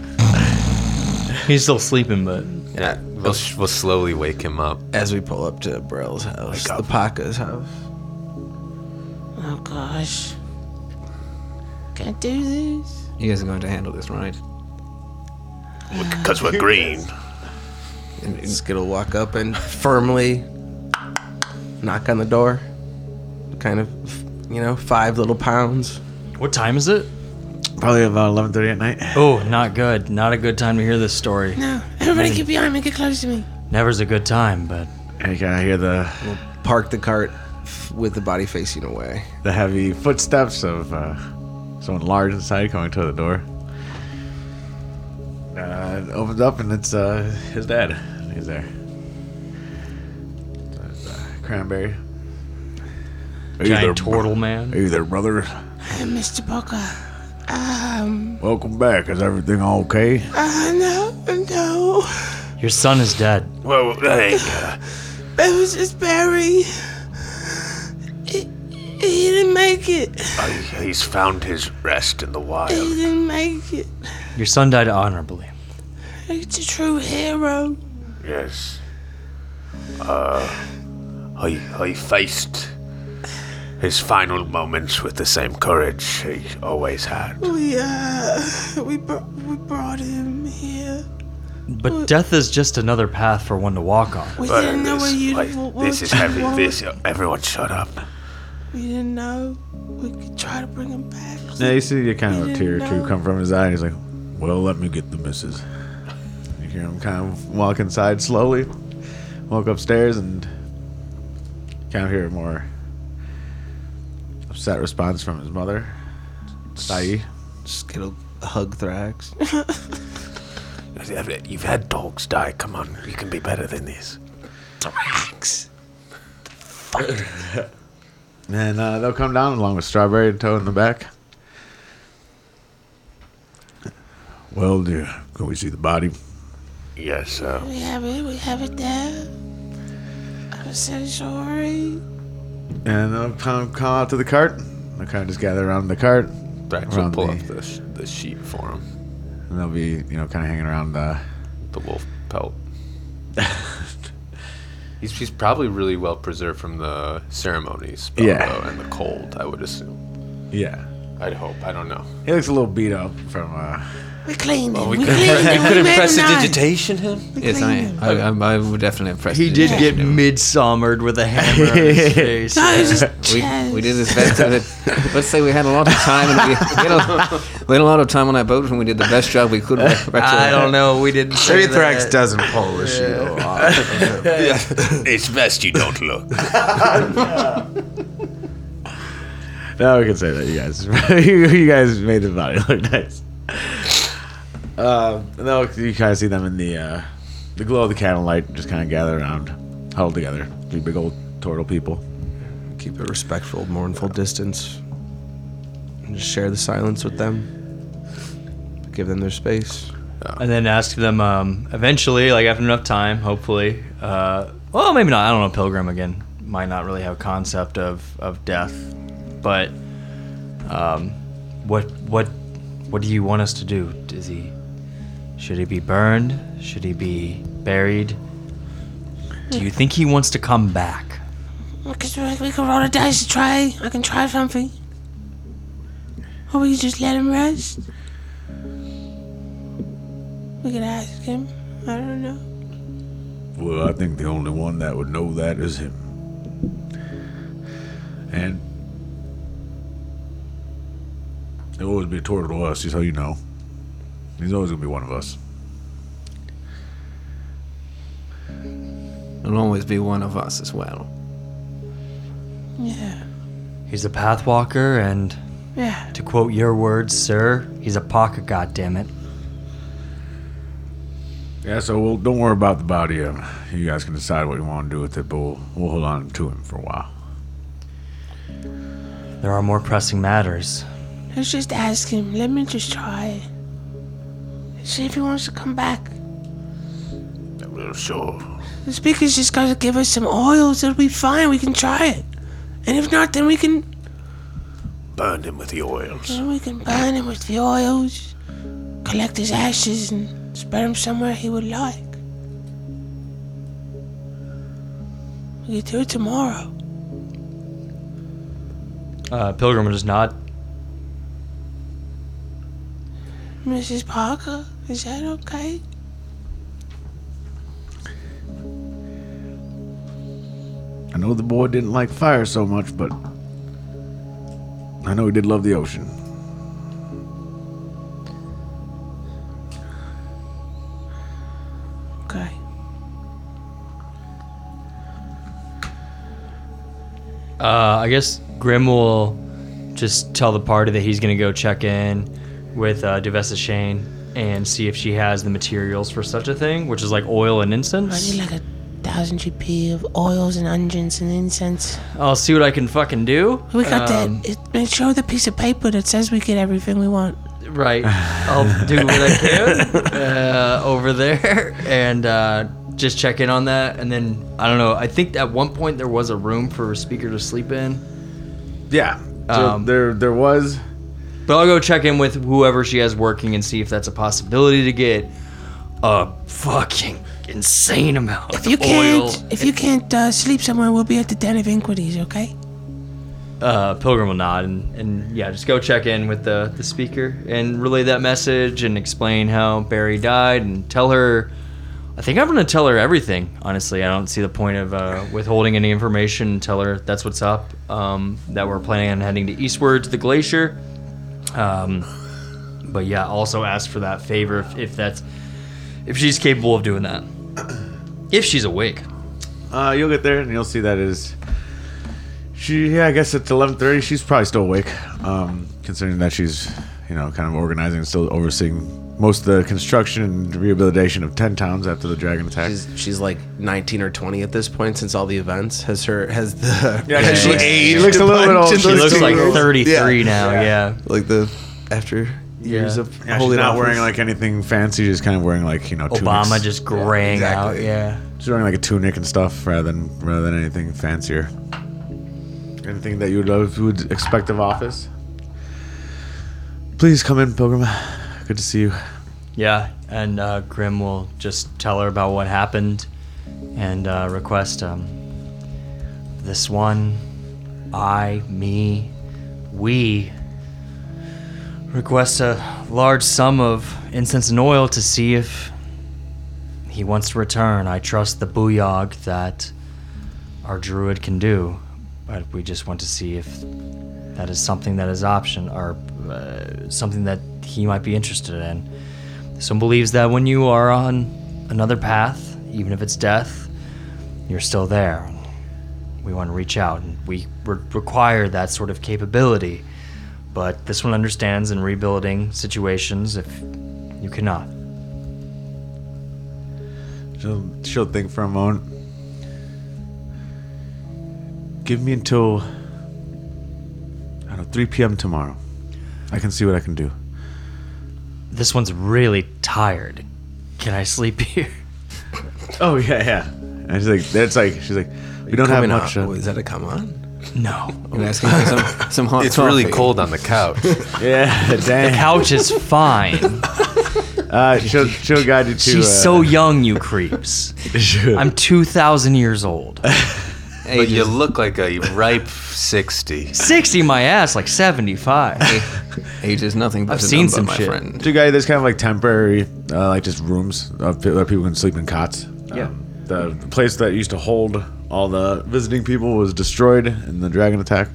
S8: [LAUGHS] he's still sleeping, but
S5: yeah, we'll, we'll slowly wake him up
S9: as we pull up to Brell's house, the Paka's house.
S10: Oh gosh. Can't do this.
S4: you guys are going to handle this, right?
S11: Because we're
S3: [LAUGHS]
S11: green.
S9: Skittle walk up and firmly knock on the door. Kind of, you know, five little pounds.
S8: What time is it?
S3: Probably about eleven thirty at night.
S8: Oh, not good. Not a good time to hear this story.
S10: No, everybody get behind me. Get close to me.
S8: Never's a good time, but
S3: I gotta hear the
S9: We'll park the cart with the body facing away.
S3: the heavy footsteps of uh, someone large inside coming toward the door. Uh, it opens up and it's uh, his dad. He's there. There's, uh, Cranberry. Are you
S8: Giant
S3: there, bro-
S8: turtle man.
S3: Are you there, brother?
S10: Hey, Mr. Booker. Um.
S3: Welcome back. Is everything okay?
S10: Uh, no, no.
S8: Your son is dead.
S11: Well, hey,
S10: It was just Barry. He, he didn't make it.
S11: uh, he's found his rest in the
S10: He
S11: wild.
S10: didn't make it.
S8: Your son died honorably.
S10: He's a true hero.
S11: Yes. Uh, I I faced his final moments with the same courage he always had.
S10: We uh, we br- we brought him here.
S8: But death is just another path for one to walk on.
S10: We
S11: But
S10: didn't know
S11: this-
S10: what you
S11: like,
S10: what
S11: This is
S10: you
S11: heavy.
S10: wanted.
S11: This everyone shut up.
S10: We didn't know. We could try to bring him back.
S3: Yeah, you see kind of
S10: He
S3: a tear or
S10: didn't
S3: two
S10: know.
S3: come from his eye. And he's like, "Well, let me get the missus." You hear him kind of walk inside slowly, walk upstairs, and kind of hear a more upset response from his mother, Sai.
S9: Skittle hug [LAUGHS] Thrax.
S11: You've had dogs die. Come on, you can be better than this.
S3: And uh, they'll come down along with Strawberry and Toe in the back. Well, dear, can we see the body?
S11: Yes, uh,
S10: We have it. We have it there. I'm so sorry.
S3: And they'll come, come out to the cart. They'll kind of just gather around the cart.
S5: Thrax will
S3: Around
S5: pull
S3: the-
S5: up the, sh- the sheet for him.
S3: and they'll be you know kind of hanging around uh,
S5: the wolf pelt. [LAUGHS] He's, he's probably really well preserved from the ceremonies, but-
S3: Yeah.
S5: though, and the cold. I would assume.
S3: Yeah,
S5: I'd hope. I don't know.
S3: he looks a little beat up from. Uh,
S10: We cleaned
S5: Well,
S10: him.
S5: we
S10: We,
S5: could-
S10: cleaned him.
S5: we could
S10: we made
S5: press
S10: him
S5: the
S10: nice.
S5: digitation him.
S10: We
S4: Yes, I
S10: cleaned him.
S4: I, I, I would definitely impress.
S8: He did get midsommered with a hammer on [LAUGHS] his face.
S10: No, it was just
S4: We, we did this best.
S8: [LAUGHS]
S4: that- Let's say we had a lot of time, and we, we, had a, we had a lot of time on our boat, and we did the best job we could. with-
S8: [LAUGHS] I don't know. We didn't. Say
S7: Maybe Thrax
S8: that.
S7: doesn't polish you a lot.
S11: it's best you don't look.
S3: now we can say that you guys, [LAUGHS] you you guys made the body look nice. Uh, and they'll- you kind of see them in the uh, the glow of the candlelight, just kind of gather around, huddle together, be big old turtle people.
S9: Keep a respectful, mournful distance. And just share the silence with them. Give them their space.
S8: and then ask them um, eventually, like after enough time, hopefully. Uh, well, maybe not. I don't know. Pilgrim again might not really have a concept of, of death, but um, what what what do you want us to do? Is he should he be burned? Should he be buried? Do you think he wants to come back?
S10: We could, we could roll the dice to try. I can try something. Or we could just let him rest. We could ask him. I don't know.
S3: Well, I think the only one that would know that is him. And he'll always be a turtle to us, just so you know. He's always gonna be one of us.
S4: He'll always be one of us as well.
S10: Yeah.
S8: He's a pathwalker, and
S10: Yeah.
S8: to quote your words, sir, he's a pocket. goddammit.
S3: Yeah, so we'll, don't worry about the body. Um, you guys can decide what you want to do with it, but we'll, we'll hold on to him for a while.
S8: There are more pressing matters.
S10: Let's just ask him. Let me just try. See if he wants to come back.
S11: Well, sure.
S10: The speaker's just gotta give us some oils. It'll be fine. We can try it. And if not, then we can
S11: Burn him with the oils.
S10: then we can burn him with the oils, collect his ashes, and spread him somewhere he would like. We could do it tomorrow.
S8: Uh, Pilgrim will just nod.
S10: Mrs. Parker, is that okay?
S3: I know the boy didn't like fire so much, but I know he did love the ocean.
S10: Okay.
S8: Uh, I guess Grim will just tell the party that he's going to go check in with uh, Devessa Shane and see if she has the materials for such a thing, which is like oil and
S10: I
S8: incense.
S10: need like a thousand GP of oils and unguents and incense.
S8: I'll see what I can fucking do.
S10: We got
S8: Um,
S10: that. It, make sure the piece of paper that says we get everything we want.
S8: Right. I'll do what I can uh, over there and uh, just check in on that. And then, I don't know, I think at one point there was a room for a speaker to sleep in.
S3: Yeah. So
S8: Um,
S3: there, there was.
S8: But I'll go check in with whoever she has working and see if that's a possibility to get a fucking insane amount
S10: If
S8: of
S10: you
S8: oil.
S10: can't, if you can't uh, sleep somewhere, we'll be at the den of inquiries. Okay.
S8: Uh, Pilgrim will nod and, and yeah, just go check in with the, the speaker and relay that message and explain how Barry died and tell her. I think I'm gonna tell her everything. Honestly, I don't see the point of uh, withholding any information. Tell her that's what's up. Um, that we're planning on heading to eastward to the glacier. Um, but yeah, also ask for that favor if, if that's if she's capable of doing that. [CLEARS THROAT] If she's awake.
S3: Uh, you'll get there and you'll see that is. She, yeah, I guess it's eleven thirty. She's probably still awake, um, considering that she's, you know, kind of organizing and still overseeing most of the construction and rehabilitation of ten towns after the dragon attack.
S9: She's, she's like 19 or 20 at this point since all the events. Has her, has [LAUGHS] the.
S3: Yeah,
S9: has
S3: she looks- she
S9: aged
S3: looks a little bit
S9: bunch
S3: old.
S9: in
S3: She
S9: those
S3: looks
S9: two
S3: like
S9: years?
S3: 33 now, yeah.
S9: Like the. After years
S3: Yeah.
S9: of
S3: Yeah, she's
S9: holding
S3: not
S9: office.
S3: wearing like anything fancy. She's kind of wearing like you know
S8: Obama
S3: tunics.
S8: just graying out, yeah.
S3: She's wearing like a tunic and stuff rather than rather than anything fancier. Anything that you would, love, would expect of office. Please come in, Pilgrim. Good to see you.
S8: Yeah, and uh, Grim will just tell her about what happened and uh, request um, this one, I, me, we request a large sum of incense and oil to see if he wants to return. I trust the Booyog that our druid can do, but we just want to see if that is something that is option or uh, something that he might be interested in. Some believes that when you are on another path, even if it's death, you're still there. We want to reach out, and we re- require that sort of capability. But this one understands in rebuilding situations if you cannot.
S3: She'll, she'll think for a moment. Give me until I don't know, 3 p.m. tomorrow. I can see what I can do.
S8: This one's really tired. Can I sleep [LAUGHS] here?
S3: Oh yeah, yeah. And she's like, that's like, she's like, we don't have
S9: Coming
S3: much.
S9: up.
S3: uh,
S9: Is that a come on?
S8: No.
S4: I'm asking for some, some hot
S5: It's really
S4: coffee.
S5: cold [LAUGHS] on the couch.
S3: yeah, [LAUGHS] dang.
S8: [LAUGHS] The couch is [LAUGHS] fine.
S3: Uh, she'll, she'll guide you to.
S8: She's
S3: uh,
S8: so young, you [LAUGHS] creeps. I'm 2,000 years old.
S5: But you look like a ripe 60.
S8: 60 my ass, like
S4: [LAUGHS]
S8: 75.
S4: Age is nothing but
S8: I've
S4: a
S8: seen
S4: number,
S8: some
S4: my
S8: shit.
S4: friend.
S3: She'll guide you. There's kind of like temporary, uh, like just rooms of pe- where people can sleep in cots.
S8: Yeah.
S3: Um, the place that used to hold all the visiting people was destroyed in the dragon attack,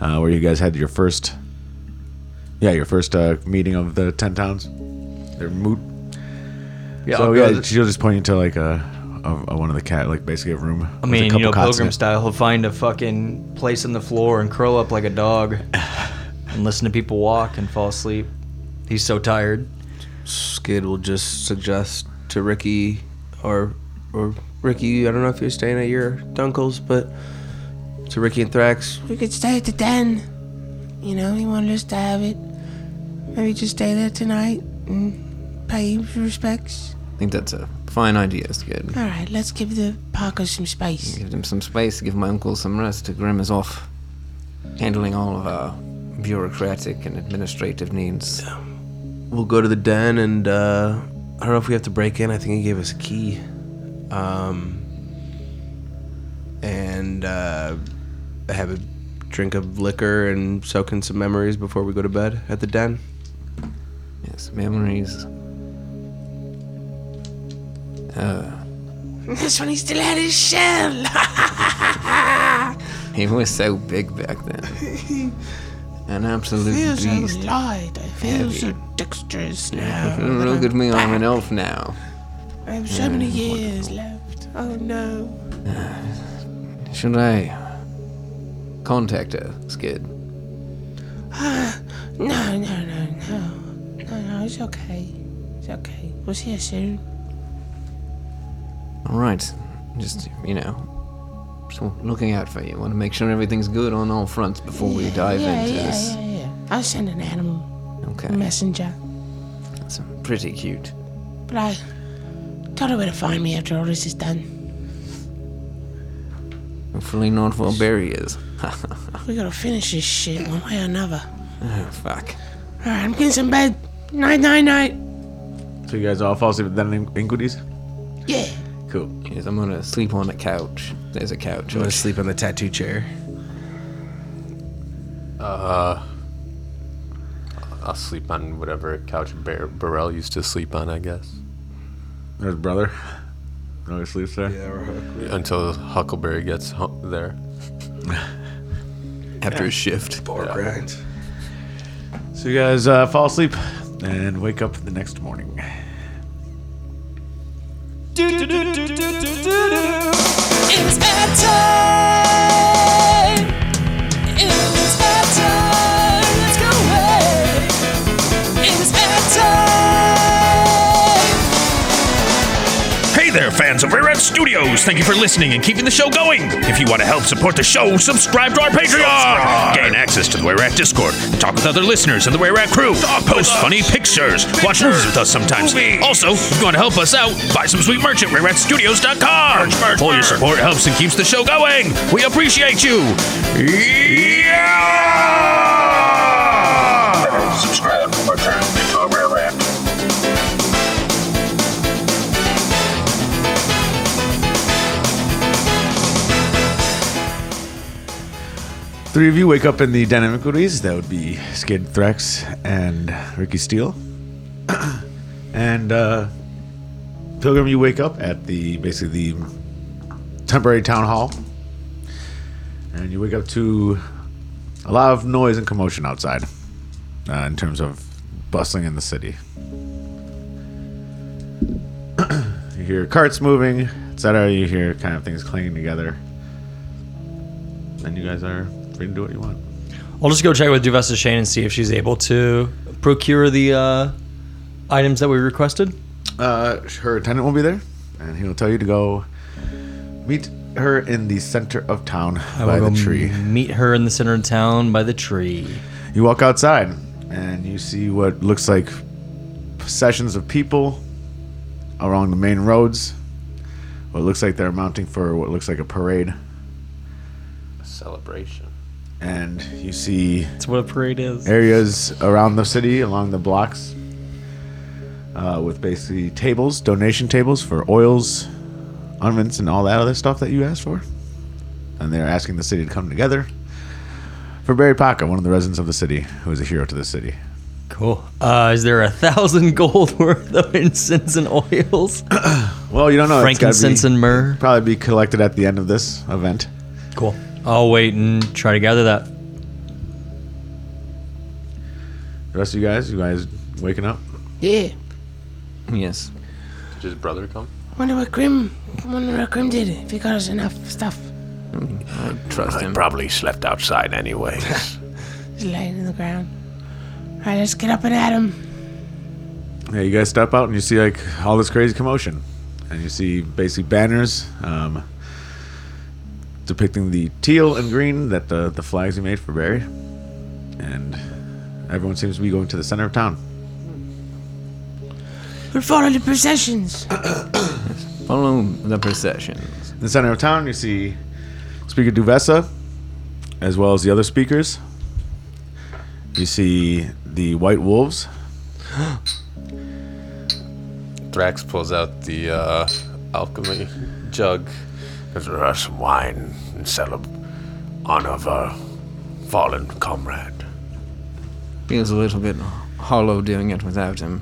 S3: uh, where you guys had your first, yeah, your first uh, meeting of the ten towns. Their moot.
S8: Yeah,
S3: So
S8: I'll go
S3: yeah,
S8: th-
S3: she'll just point you to like a, a, a one of the cat, like basically a room.
S8: I mean, you know, pilgrim style, he'll find a fucking place on the floor and curl up like a dog [SIGHS] and listen to people walk and fall asleep. He's so tired.
S9: Skid will just suggest to Ricky or or Ricky, I don't know if you're staying at your dunkles, but to Ricky and Thrax,
S10: We could stay at the den. You know, he wanted us to have it. Maybe just stay there tonight and pay him for respects.
S4: I think that's a fine idea. It's good.
S10: All right, let's give the Parker some space.
S4: Give them some space. Give my uncle some rest. Grim is off handling all of our bureaucratic and administrative needs.
S9: we'll go to the den and uh, I don't know if we have to break in. I think he gave us a key. Um, and uh, have a drink of liquor and soak in some memories before we go to bed at the den.
S4: Yes, memories. Uh,
S10: [LAUGHS] This one, he's still out of his shell. [LAUGHS]
S4: he was so big back then. An absolute
S10: I feel so
S4: beast.
S10: light. I feel
S4: Heavy.
S10: so dexterous now.
S4: Look at me, I'm an elf now.
S10: I have so many years left. Oh no.
S4: Should I contact her, Skid?
S10: Ah, no, no, no, no. No, no, it's okay. It's okay. We'll see you soon.
S4: All right, just you know, just looking out for you. Want to make sure everything's good on all fronts before we dive
S10: yeah,
S4: into
S10: yeah,
S4: this.
S10: yeah, yeah. I'll send an animal
S4: Okay,
S10: messenger.
S4: that's pretty cute.
S10: But I tell her where to find me after all this is done.
S4: Hopefully, not for barriers.
S10: We gotta finish this shit one way or another.
S4: oh, fuck.
S10: Alright, I'm getting some bed. Night, night, night.
S3: So you guys all fall asleep at the den inquities.
S10: Yeah.
S3: Cool.
S4: Yes, I'm gonna sleep on a couch. There's a couch.
S9: I'm gonna sleep on the tattoo chair.
S5: Uh, I'll sleep on whatever couch Bar- Burrell used to sleep on, I guess.
S3: There's brother. [LAUGHS] No sleeps there. Yeah,
S5: Until Huckleberry gets hu- there.
S4: After a shift.
S5: Yeah.
S3: So you guys uh, fall asleep and wake up the next morning.
S12: It's bedtime. It's bedtime. Let's go away. It's bedtime.
S13: Hey there, fans of Rare Earth Studios! Thank you for listening and keeping the show going! If you want to help support the show, subscribe to our Patreon! Gain access to the Rare Rat Discord, talk with other listeners and the Rare Rat crew, post funny pictures, watch movies with us sometimes. Also, if you want to help us out, buy some sweet merch at RareRatStudios.com! All your support helps and keeps the show going! We appreciate you! Yeah! Subscribe
S3: Three of you wake up in the dynamic release. That would be Skid Thrax and Ricky Steele. [COUGHS] and uh, Pilgrim, you wake up at the basically the temporary town hall, and you wake up to a lot of noise and commotion outside, uh, in terms of bustling in the city. [COUGHS] you hear carts moving, etc. You hear kind of things clanging together, and you guys are free to do what you want.
S8: I'll just go check with Duvesta Shane and see if she's able to procure the uh, items that we requested.
S3: Uh, her attendant will be there, and he will tell you to go meet her in the center of town
S8: I
S3: by
S8: will
S3: the
S8: go
S3: tree.
S8: Meet her in the center of town by the tree.
S3: You walk outside, and you see what looks like processions of people along the main roads. What looks like they're mounting for what looks like a parade,
S5: A celebration.
S3: and you see
S8: That's what a parade is.
S3: areas around the city along the blocks uh, with basically tables, donation tables for oils, unmints, and all that other stuff that you asked for. And they're asking the city to come together for Barry Parker, one of the residents of the city, who is a hero to the city.
S8: Cool. Uh, is there a thousand [LAUGHS] gold worth of incense and oils?
S3: Well, you don't know. it's gotta
S8: Frankincense
S3: be,
S8: and myrrh.
S3: Probably be collected at the end of this event.
S8: Cool. I'll wait and try to gather that.
S3: The rest of you guys, you guys waking up?
S10: Yeah.
S4: Yes.
S5: Did his brother come?
S10: Wonder what Grim. Wonder what Grim did. If he got us enough stuff.
S4: I trust
S11: him. probably slept outside anyways.
S10: Just laying in the ground. All right, let's get up and at him.
S3: Yeah, you guys step out and you see like all this crazy commotion, and you see basically banners um, depicting the teal and green that the the flags we made for Barry, and everyone seems to be going to the center of town.
S10: We'll follow the processions.
S4: Follow the procession.
S3: In the center of town, you see Speaker Duvessa, as well as the other speakers. You see the White Wolves.
S5: Drax pulls out the uh, alchemy jug.
S11: Because there are some wine and celeb honor of our fallen comrade.
S4: Feels a little bit hollow doing it without him.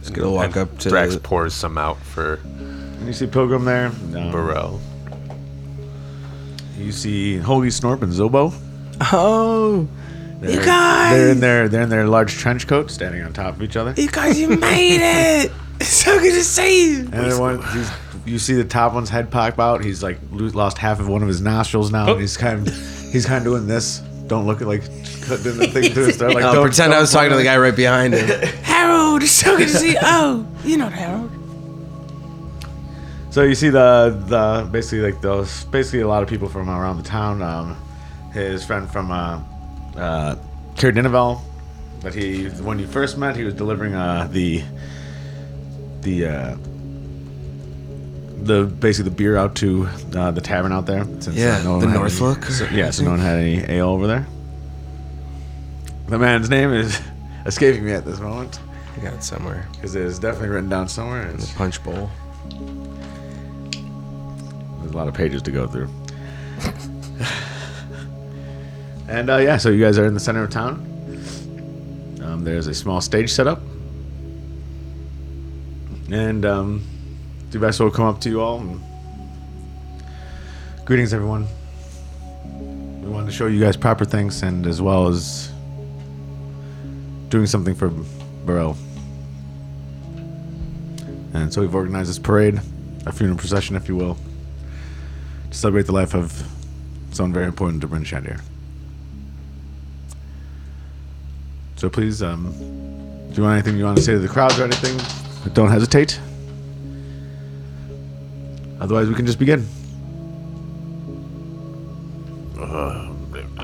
S5: Just
S9: gonna walk up to
S5: Drax
S9: the-
S5: pours some out for
S3: And you see Pilgrim there. um, No.
S5: Burrell.
S3: You see Holy Snorp and Zobo.
S10: Oh.
S3: They're- They're in their they're in their large trench coats, standing on top of each other.
S10: You guys, you made it! [LAUGHS] It's so good to see you!
S3: And then one, he's, you see the top one's head pop out. He's like lo- lost half of one of his nostrils now. And he's kind of he's kind of doing this. Don't look at like doing the thing to his throat. Like,
S9: Oh,
S3: don't,
S9: pretend
S3: don't
S9: I was talking to the
S3: point
S9: guy
S3: at-
S9: right behind him. [LAUGHS]
S10: Harold, it's so good to see you! Oh, you know Harold.
S3: So you see the the basically like those basically a lot of people from around the town. Um, his friend from uh, uh, Kir Dinavel, but he when you first met, he was delivering uh, the the uh, the basically the beer out to uh, the tavern out there. Since, uh,
S9: Yeah,
S3: one
S9: the
S3: had
S9: North
S3: any-
S9: Look,
S3: so-
S9: I
S3: yeah, so no one had any ale over there. The man's name is [LAUGHS] escaping me at this moment.
S9: I got it somewhere.
S3: Because it is definitely written down somewhere.
S9: In the
S3: It's-
S9: punch bowl.
S3: There's a lot of pages to go through. and uh, yeah, so you guys are in the center of town. Um, there's a small stage set up. And um, Duvessa will come up to you all. And... Greetings, everyone. We wanted to show you guys proper things and as well as doing something for Burrell. And so we've organized this parade, a funeral procession, if you will, to celebrate the life of someone very important to Bryn Shandir. So please, um, do you want anything you want to say to the crowds or anything? Don't hesitate. Otherwise, we can just begin.
S11: Uh,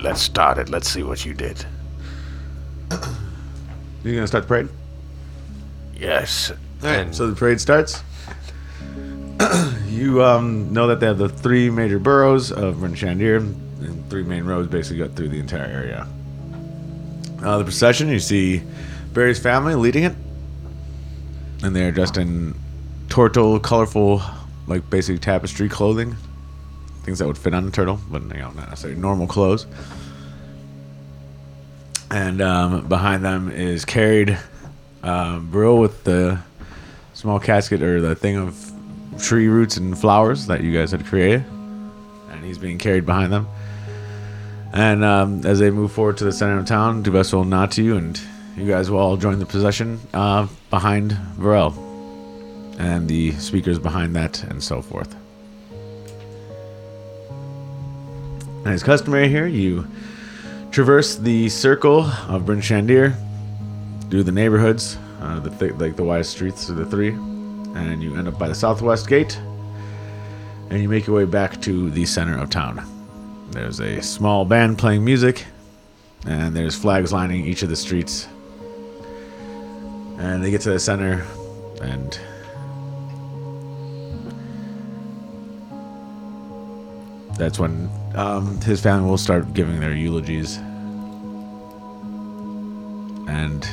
S11: let's start it. Let's see what you did.
S3: You're gonna start the parade.
S11: Yes.
S3: All right. So the parade starts. [CLEARS THROAT] you um, know that they have the three major boroughs of Bryn Shandir, and three main roads basically go through the entire area. Uh, the procession, you see Barry's family leading it, and they are dressed in tortle, colorful, like basically tapestry clothing. things that would fit on a turtle, but you know, not necessarily normal clothes. And um, behind them is carried um, Brill with the small casket or the thing of tree roots and flowers that you guys had created. And he's being carried behind them. And um, as they move forward to the center of town, Dubess will nod to you, and you guys will all join the procession uh, behind Varel and the speakers behind that, and so forth. And as customary here, you traverse the circle of Bryn Shandir, do the neighborhoods, uh, the th- like the wide streets of the three, and you end up by the southwest gate, and you make your way back to the center of town. There's a small band playing music, and there's flags lining each of the streets. And they get to the center, and that's when um, his family will start giving their eulogies. And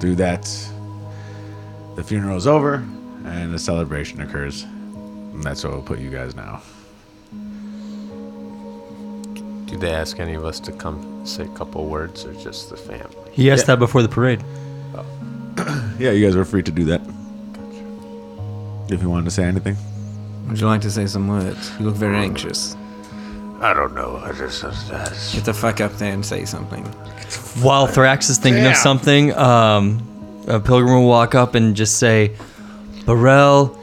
S3: through that, the funeral is over and a celebration occurs. And that's what we'll put you guys now.
S5: Do they ask any of us to come say a couple words or just the family?
S8: He asked that before the parade.
S3: Yeah, you guys are free to do that. If you wanted to say anything.
S4: Would you like to say some words? You look very anxious.
S11: I don't know. I just that's
S4: Get the fuck up there and say something.
S8: While Thrax is thinking
S4: Damn.
S8: of something, um, a pilgrim will walk up and just say, Burrell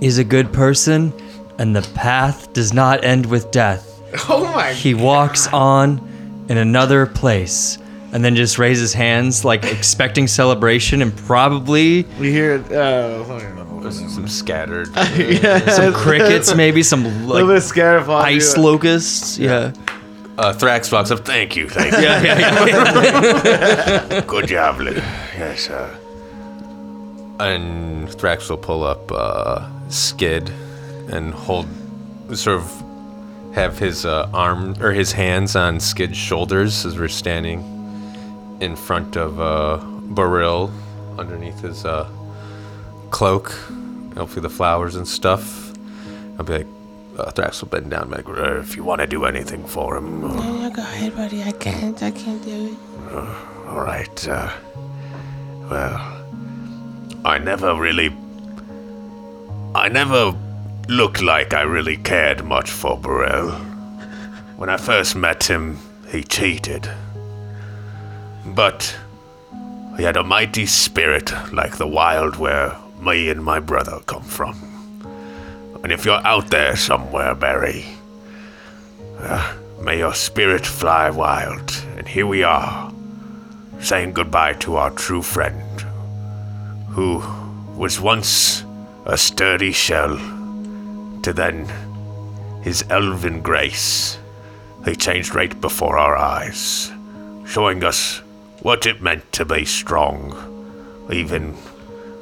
S8: is a good person, and the path does not end with death.
S9: Oh my
S8: He walks on in another place. And then just raise his hands, like expecting celebration, and probably
S3: we hear
S5: some scattered,
S8: some crickets, maybe some like,
S3: bit scared
S8: ice locusts. Yeah.
S5: Uh, Thrax walks up. Thank you. Thank you.
S8: Yeah, [LAUGHS] yeah, yeah.
S5: Good job, Luke. Yes,
S11: uh,
S5: sir. And Thrax will pull up uh, Skid and hold, sort of, have his uh, arm or his hands on Skid's shoulders as we're standing in front of uh, Baril underneath his uh, cloak, hopefully the flowers and stuff. I'll be like, uh, Thrax will bend down, and be like, "Uh, if you want to do anything for him, uh,
S10: Oh, go ahead, buddy. I can't. I can't do it.
S11: all right. Uh, well, I never really, I never looked like I really cared much for Burrell. When I first met him, he cheated, but he had a mighty spirit like the wild where me and my brother come from. And if you're out there somewhere, Barry, uh, may your spirit fly wild. And here we are, saying goodbye to our true friend, who was once a sturdy shell, to then his elven grace. They changed right before our eyes, showing us what it meant to be strong, even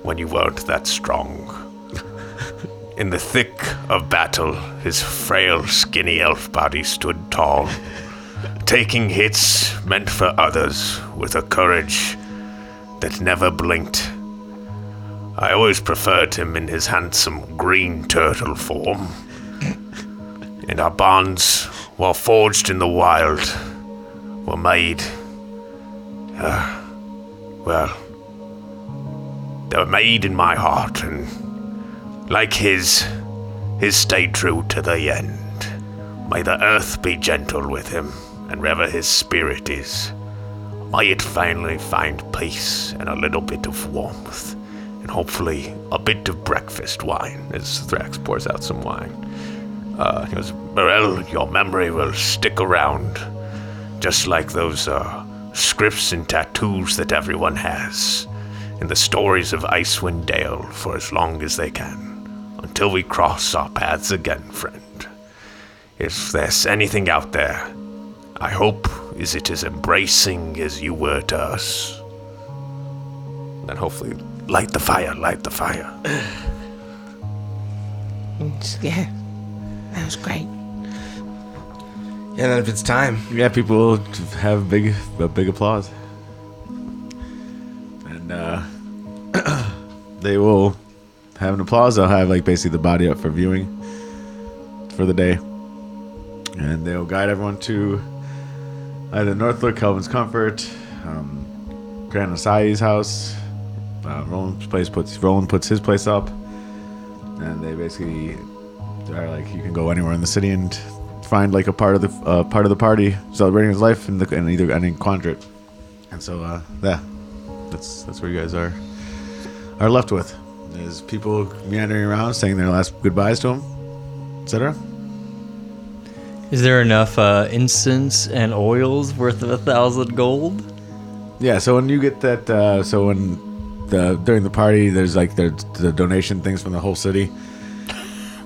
S11: when you weren't that strong. In the thick of battle, his frail, skinny elf body stood tall, taking hits meant for others with a courage that never blinked. I always preferred him in his handsome green turtle form. [LAUGHS] And our bonds, while forged in the wild, were made. uh, well, they were made in my heart, and like his, his stayed true to the end. May the earth be gentle with him, and wherever his spirit is, may it finally find peace and a little bit of warmth, and hopefully a bit of breakfast wine, as Thrax pours out some wine. Uh, he goes, Morel, your memory will stick around, just like those uh, scripts and tattoos that everyone has, and the stories of Icewind Dale for as long as they can, until we cross our paths again, friend. If there's anything out there, I hope is it as embracing as you were to us. Then hopefully, light the fire, light the fire.
S10: It's- Yeah. That was great.
S9: Yeah, then if it's time.
S3: Yeah, people have big, a big applause. And uh, [CLEARS THROAT] they will have an applause. They'll have like basically the body up for viewing for the day. and they'll guide everyone to either Northlook, Calvin's Comfort, um, Grand Asai's house. Uh, Roland's place puts Roland puts his place up, and they basically are like, you can go anywhere in the city and find like a part of the uh, part of the party celebrating his life in the in either and in Quandrit. And so, uh, yeah, that's that's where you guys are are left with is people meandering around, saying their last goodbyes to him, etc.
S8: Is there enough uh, incense and oils worth of a thousand gold?
S3: Yeah, so when you get that, uh, so when the during the party, there's like the, the donation things from the whole city.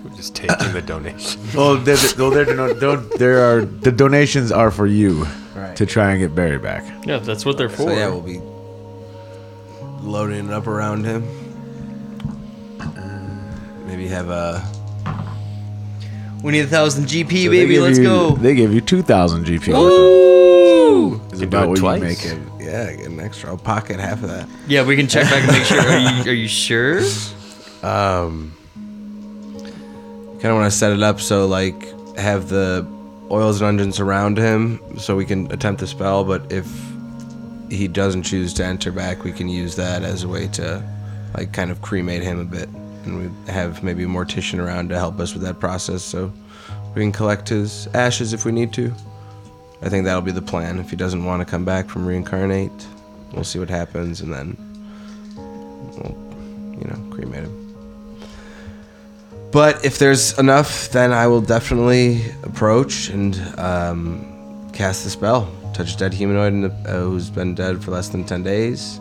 S5: We're just taking the donation.
S3: [LAUGHS] Well, they're, well, they're, dono- don- there are the donations are for you to try and get Barry back.
S8: Yeah, that's what they're
S9: So
S8: for.
S9: yeah, we'll be loading it up around him. Uh, Maybe have a.
S14: We need a thousand GP,
S3: So they
S14: baby.
S3: give
S14: Let's
S3: you-
S14: go.
S3: They give you two thousand GP.
S14: Woo!
S3: It's about what you make it.
S9: Yeah, get an extra. I'll pocket half of that.
S8: Yeah, we can check back and make sure. Are you, are you sure?
S9: Um, kind of want to set it up so like have the oils and unguents around him so we can attempt the spell. But if he doesn't choose to enter back, we can use that as a way to like kind of cremate him a bit, and we have maybe a mortician around to help us with that process. So we can collect his ashes if we need to. I think that'll be the plan. If he doesn't want to come back from reincarnate, we'll see what happens, and then we'll, you know, cremate him. But if there's enough, then I will definitely approach and um, cast the spell. Touch a dead humanoid in the, uh, who's been dead for less than 10 days.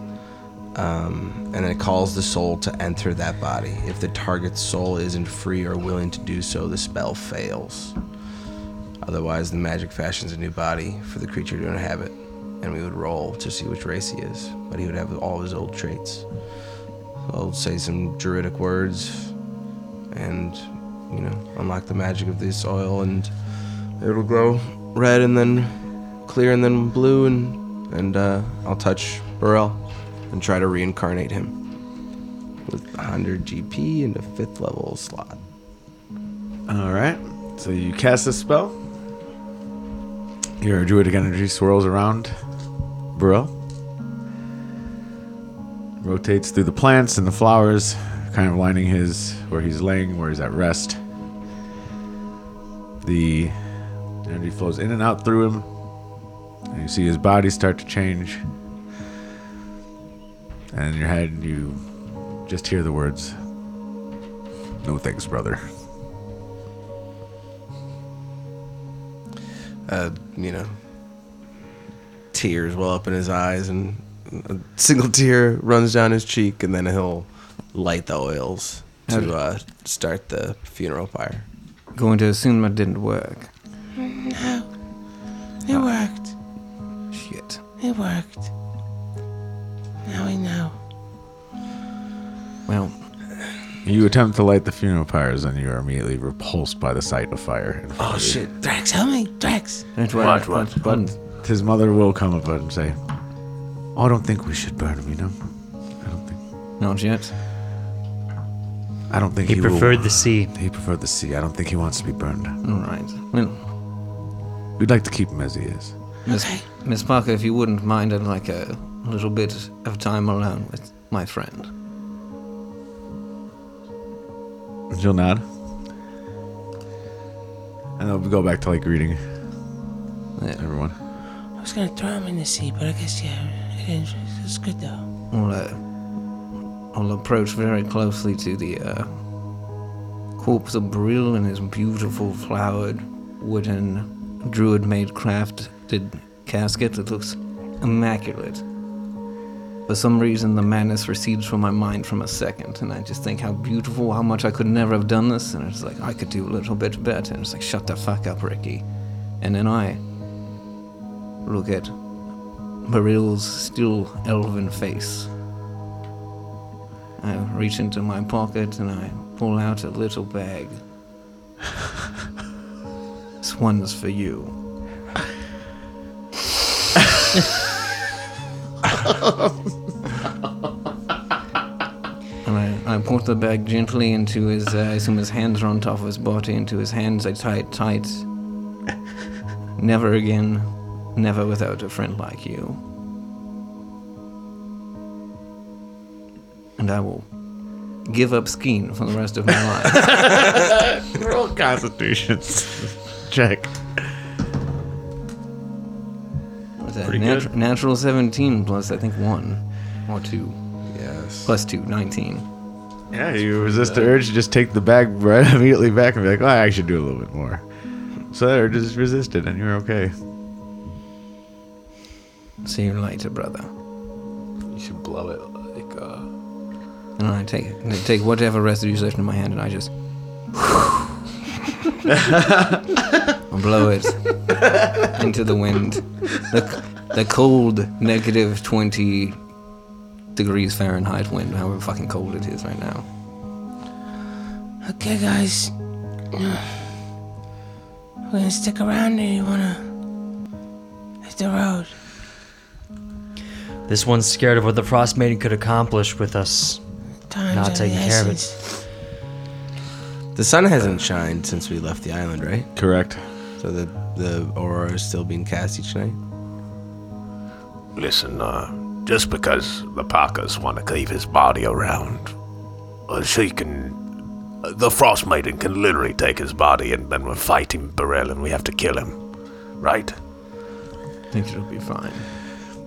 S9: Um, and it calls the soul to enter that body. If the target's soul isn't free or willing to do so, the spell fails. Otherwise, the magic fashions a new body for the creature to inhabit. And we would roll to see which race he is. But he would have all his old traits. I'll say some druidic words and, you know, unlock the magic of this oil and it'll glow red and then clear and then blue and, and uh, I'll touch Burrell and try to reincarnate him with 100 GP and a fifth level slot.
S3: All right. So you cast this spell. Your druidic energy swirls around Burrell. Rotates through the plants and the flowers, kind of lining his where he's laying, where he's at rest. The energy flows in and out through him. And you see his body start to change. And in your head, you just hear the words No thanks, brother.
S9: Uh, you know, tears well up in his eyes and a single [LAUGHS] tear runs down his cheek and then he'll light the oils to uh, start the funeral fire.
S4: Going to assume it didn't work.
S10: No. It worked.
S4: Shit.
S10: It worked. Now we know.
S4: Well,
S3: You attempt to light the funeral pyres, and you are immediately repulsed by the sight of fire. in front
S10: Oh
S3: of you.
S10: shit. Drax, help me. Drax.
S3: His mother will come up and say, "Oh, "I don't think we should burn him. You know,
S4: Not yet.
S3: I don't think
S4: He
S3: he,
S4: preferred
S3: the sea. He preferred the sea. I don't think he wants to be burned.
S4: All right. Well,
S3: We'd like to keep him as he is.
S4: Miss, Miss Parker, if you wouldn't mind, I'd like a little bit of time alone with my friend.
S3: She'll nod, and they'll go back to like greeting everyone.
S10: I was gonna throw him in the sea, but I guess yeah, it is- it's good though.
S4: I'll, uh, I'll approach very closely to the uh, corpse of Brill and his beautiful flowered wooden druid made crafted casket. It looks immaculate. For some reason, the madness recedes from my mind from a second, and I just think how beautiful, how much I could never have done this, and it's like, I could do a little bit better. And it's like, shut the fuck up, Ricky. And then I look at Marill's still elven face. I reach into my pocket and I pull out a little bag. this one's for you. And I, I put the bag gently into his, uh, I assume his hands are on top of his body, into his hands. I tie it tight. Never again, never without a friend like you. And I will give up skiing for the rest of my
S3: [LAUGHS]
S4: life.
S3: Roll Constitution check.
S4: What's that?
S3: Pretty
S4: Nat-
S3: good.
S4: Natural 17 plus, I think, 1 or 2.
S9: Yes.
S4: Plus 2, 19.
S3: Yeah, you resist the urge to just take the bag [LAUGHS] right immediately back and be like, oh, I should do a little bit more. So that urge is resisted, and you're okay.
S4: See you later, brother. You should blow it like uh And I take and I take whatever residue's left in my hand and I just [LAUGHS] I blow it into the wind. The, the cold negative twenty degrees Fahrenheit wind, however fucking cold it is right now.
S10: Okay, guys. We're gonna stick around or you wanna hit the road?
S8: [LAUGHS] This one's scared of what the frost maiden could accomplish with us
S10: Time's
S8: not
S10: of
S8: taking
S10: the
S8: care of
S10: essence.
S8: it.
S9: The sun hasn't shined since we left the island, right?
S3: Correct.
S9: So the the aurora is still being cast each night.
S11: Listen, uh, just because the Parkers want to keep his body around, uh, she can. uh, The Frost Maiden can literally take his body and then we're fighting Burrell and we have to kill him. Right?
S4: I think it'll be fine.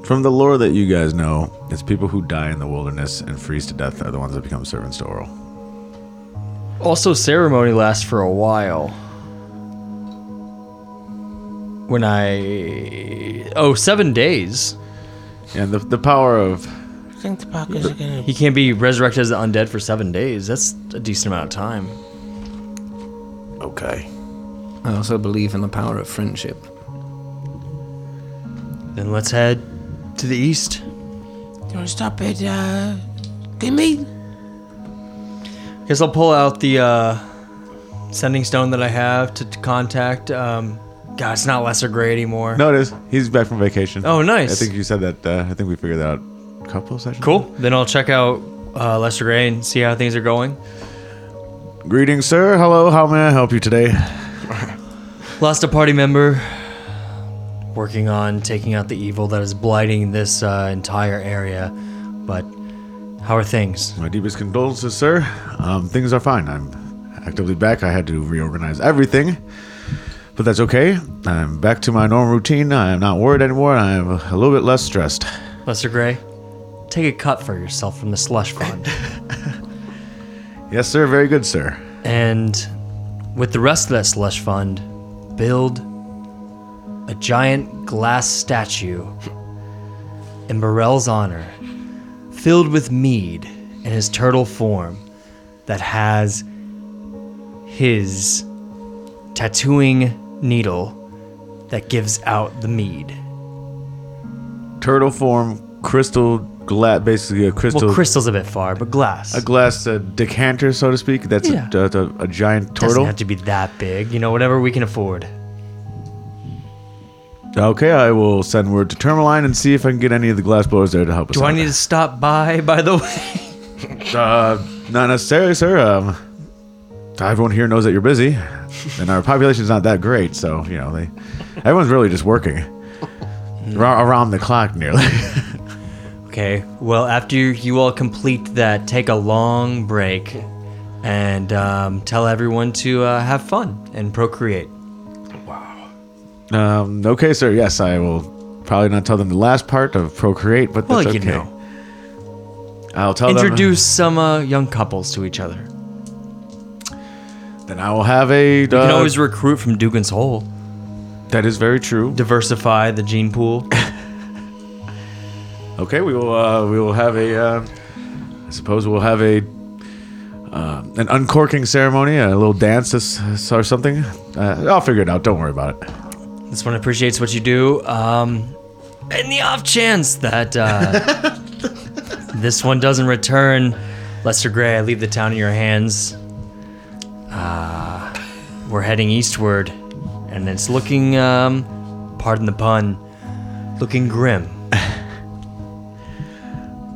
S3: From the lore that you guys know, it's people who die in the wilderness and freeze to death are the ones that become servants to Oral.
S8: Also, ceremony lasts for a while. When I oh seven days.
S3: And the the power of
S10: I think the Parkers are gonna.
S8: he can't be resurrected as the undead for seven days. That's a decent amount of time.
S11: Okay.
S4: I also believe in the power of friendship.
S8: Then let's head to the east.
S10: Do you wanna stop at, uh. Good meat?
S8: Guess I'll pull out the uh, sending stone that I have to, to contact. Um, God, it's not lesser gray anymore.
S3: No, it is. He's back from vacation.
S8: Oh, nice.
S3: I think you said that. Uh, I think we figured that out a couple of sessions.
S8: Cool. Then I'll check out uh, lesser gray and see how things are going.
S3: Greetings, sir. Hello. How may I help you today?
S8: Lost a party member. Working on taking out the evil that is blighting this uh, entire area. But how are things?
S3: My deepest condolences, sir. Um, things are fine. I'm actively back. I had to reorganize everything, but that's okay. I'm back to my normal routine. I am not worried anymore. I am a little bit less stressed.
S8: Lester Gray, take a cut for yourself from the slush fund.
S3: Yes, sir. Very good, sir.
S8: and with the rest of that slush fund, build a giant glass statue in Burrell's honor, filled with mead in his turtle form, that has his tattooing needle that gives out the mead.
S3: Turtle form, crystal glass, basically a crystal.
S8: Well, crystal's a bit far, but glass.
S3: A glass uh, decanter, so to speak. That's a-
S8: Yeah.
S3: a, a, a giant
S8: Doesn't
S3: turtle.
S8: have to be that big, you know, whatever we can afford.
S3: Okay, I will send word to Tourmaline and see if I can get any of the glass blowers there to help us.
S8: Do
S3: out.
S8: I need to stop by, by the way?
S3: Uh, not necessarily, sir. Um, everyone here knows that you're busy, and our population's not that great, so you know they. Everyone's really just working
S8: Hmm.
S3: Ra- around the clock, nearly. [LAUGHS]
S8: Okay. Well, after you all complete that, take a long break and um, tell everyone to uh, have fun and procreate.
S3: um, okay, sir. Yes, I will probably not tell them the last part of procreate, but
S8: Well,
S3: that's
S8: you
S3: okay.
S8: know.
S3: I'll tell them.
S8: Introduce some uh, young couples to each other.
S3: Then I will have a. You
S8: can
S3: uh,
S8: always recruit from Dugan's Hole.
S3: That is very true.
S8: Diversify the gene pool.
S3: Okay, we will. Uh, we will have a. Uh, I suppose we'll have a. Uh, an uncorking ceremony, a little dance this- or something. Uh, I'll figure it out. Don't worry about it.
S8: this one appreciates what you do. Um, in the off chance that uh, this one doesn't return, Lester Gray, I leave the town in your hands. Uh, we're heading eastward, and it's looking, um, pardon the pun, looking grim.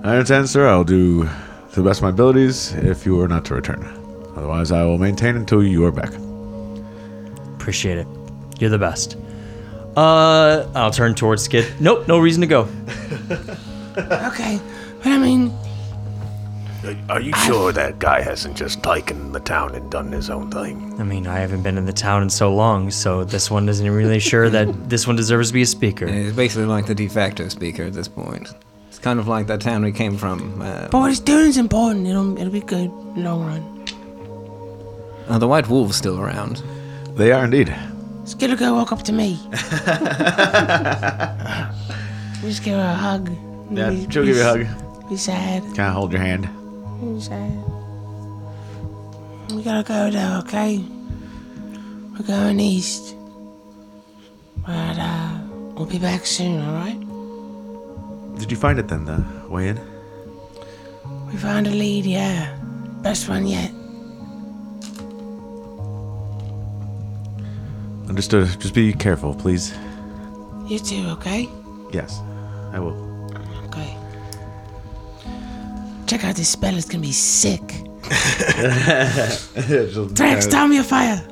S3: I understand, sir. I'll do to the best of my abilities if you are not to return. Otherwise, I will maintain until you are back.
S8: Appreciate it. You're the best. Uh, I'll turn towards Skid. Nope, no reason to go.
S10: okay, but I mean,
S11: Are you sure that guy hasn't just taken the town and done his own thing?
S8: I mean, I haven't been in the town in so long, so this one isn't really sure that this one deserves to be a speaker.
S4: It's basically like the de facto speaker at this point. It's kind of like that town we came from. Uh,
S10: Oh, but what he's doing is important. It'll it'll be good in the long run.
S4: Are uh, the White Wolves still around?
S3: They are indeed.
S10: Skittle go walk up
S3: [LAUGHS]
S10: to me. we just give her a hug.
S3: Yeah,
S10: Be-
S3: she'll
S10: be
S3: give you a
S10: s- Be sad.
S3: Can I hold your hand?
S10: Be sad. We gotta go though, okay? We're going east. But uh, we'll be back soon, alright?
S3: Did you find it then, the way in?
S10: We found a lead, yeah. Best one yet.
S3: Understood. Just be careful, please.
S10: You too, okay?
S3: Yes, I will.
S10: Okay. Check out this spell, it's gonna be [LAUGHS] sick. Drex, throw me a fire!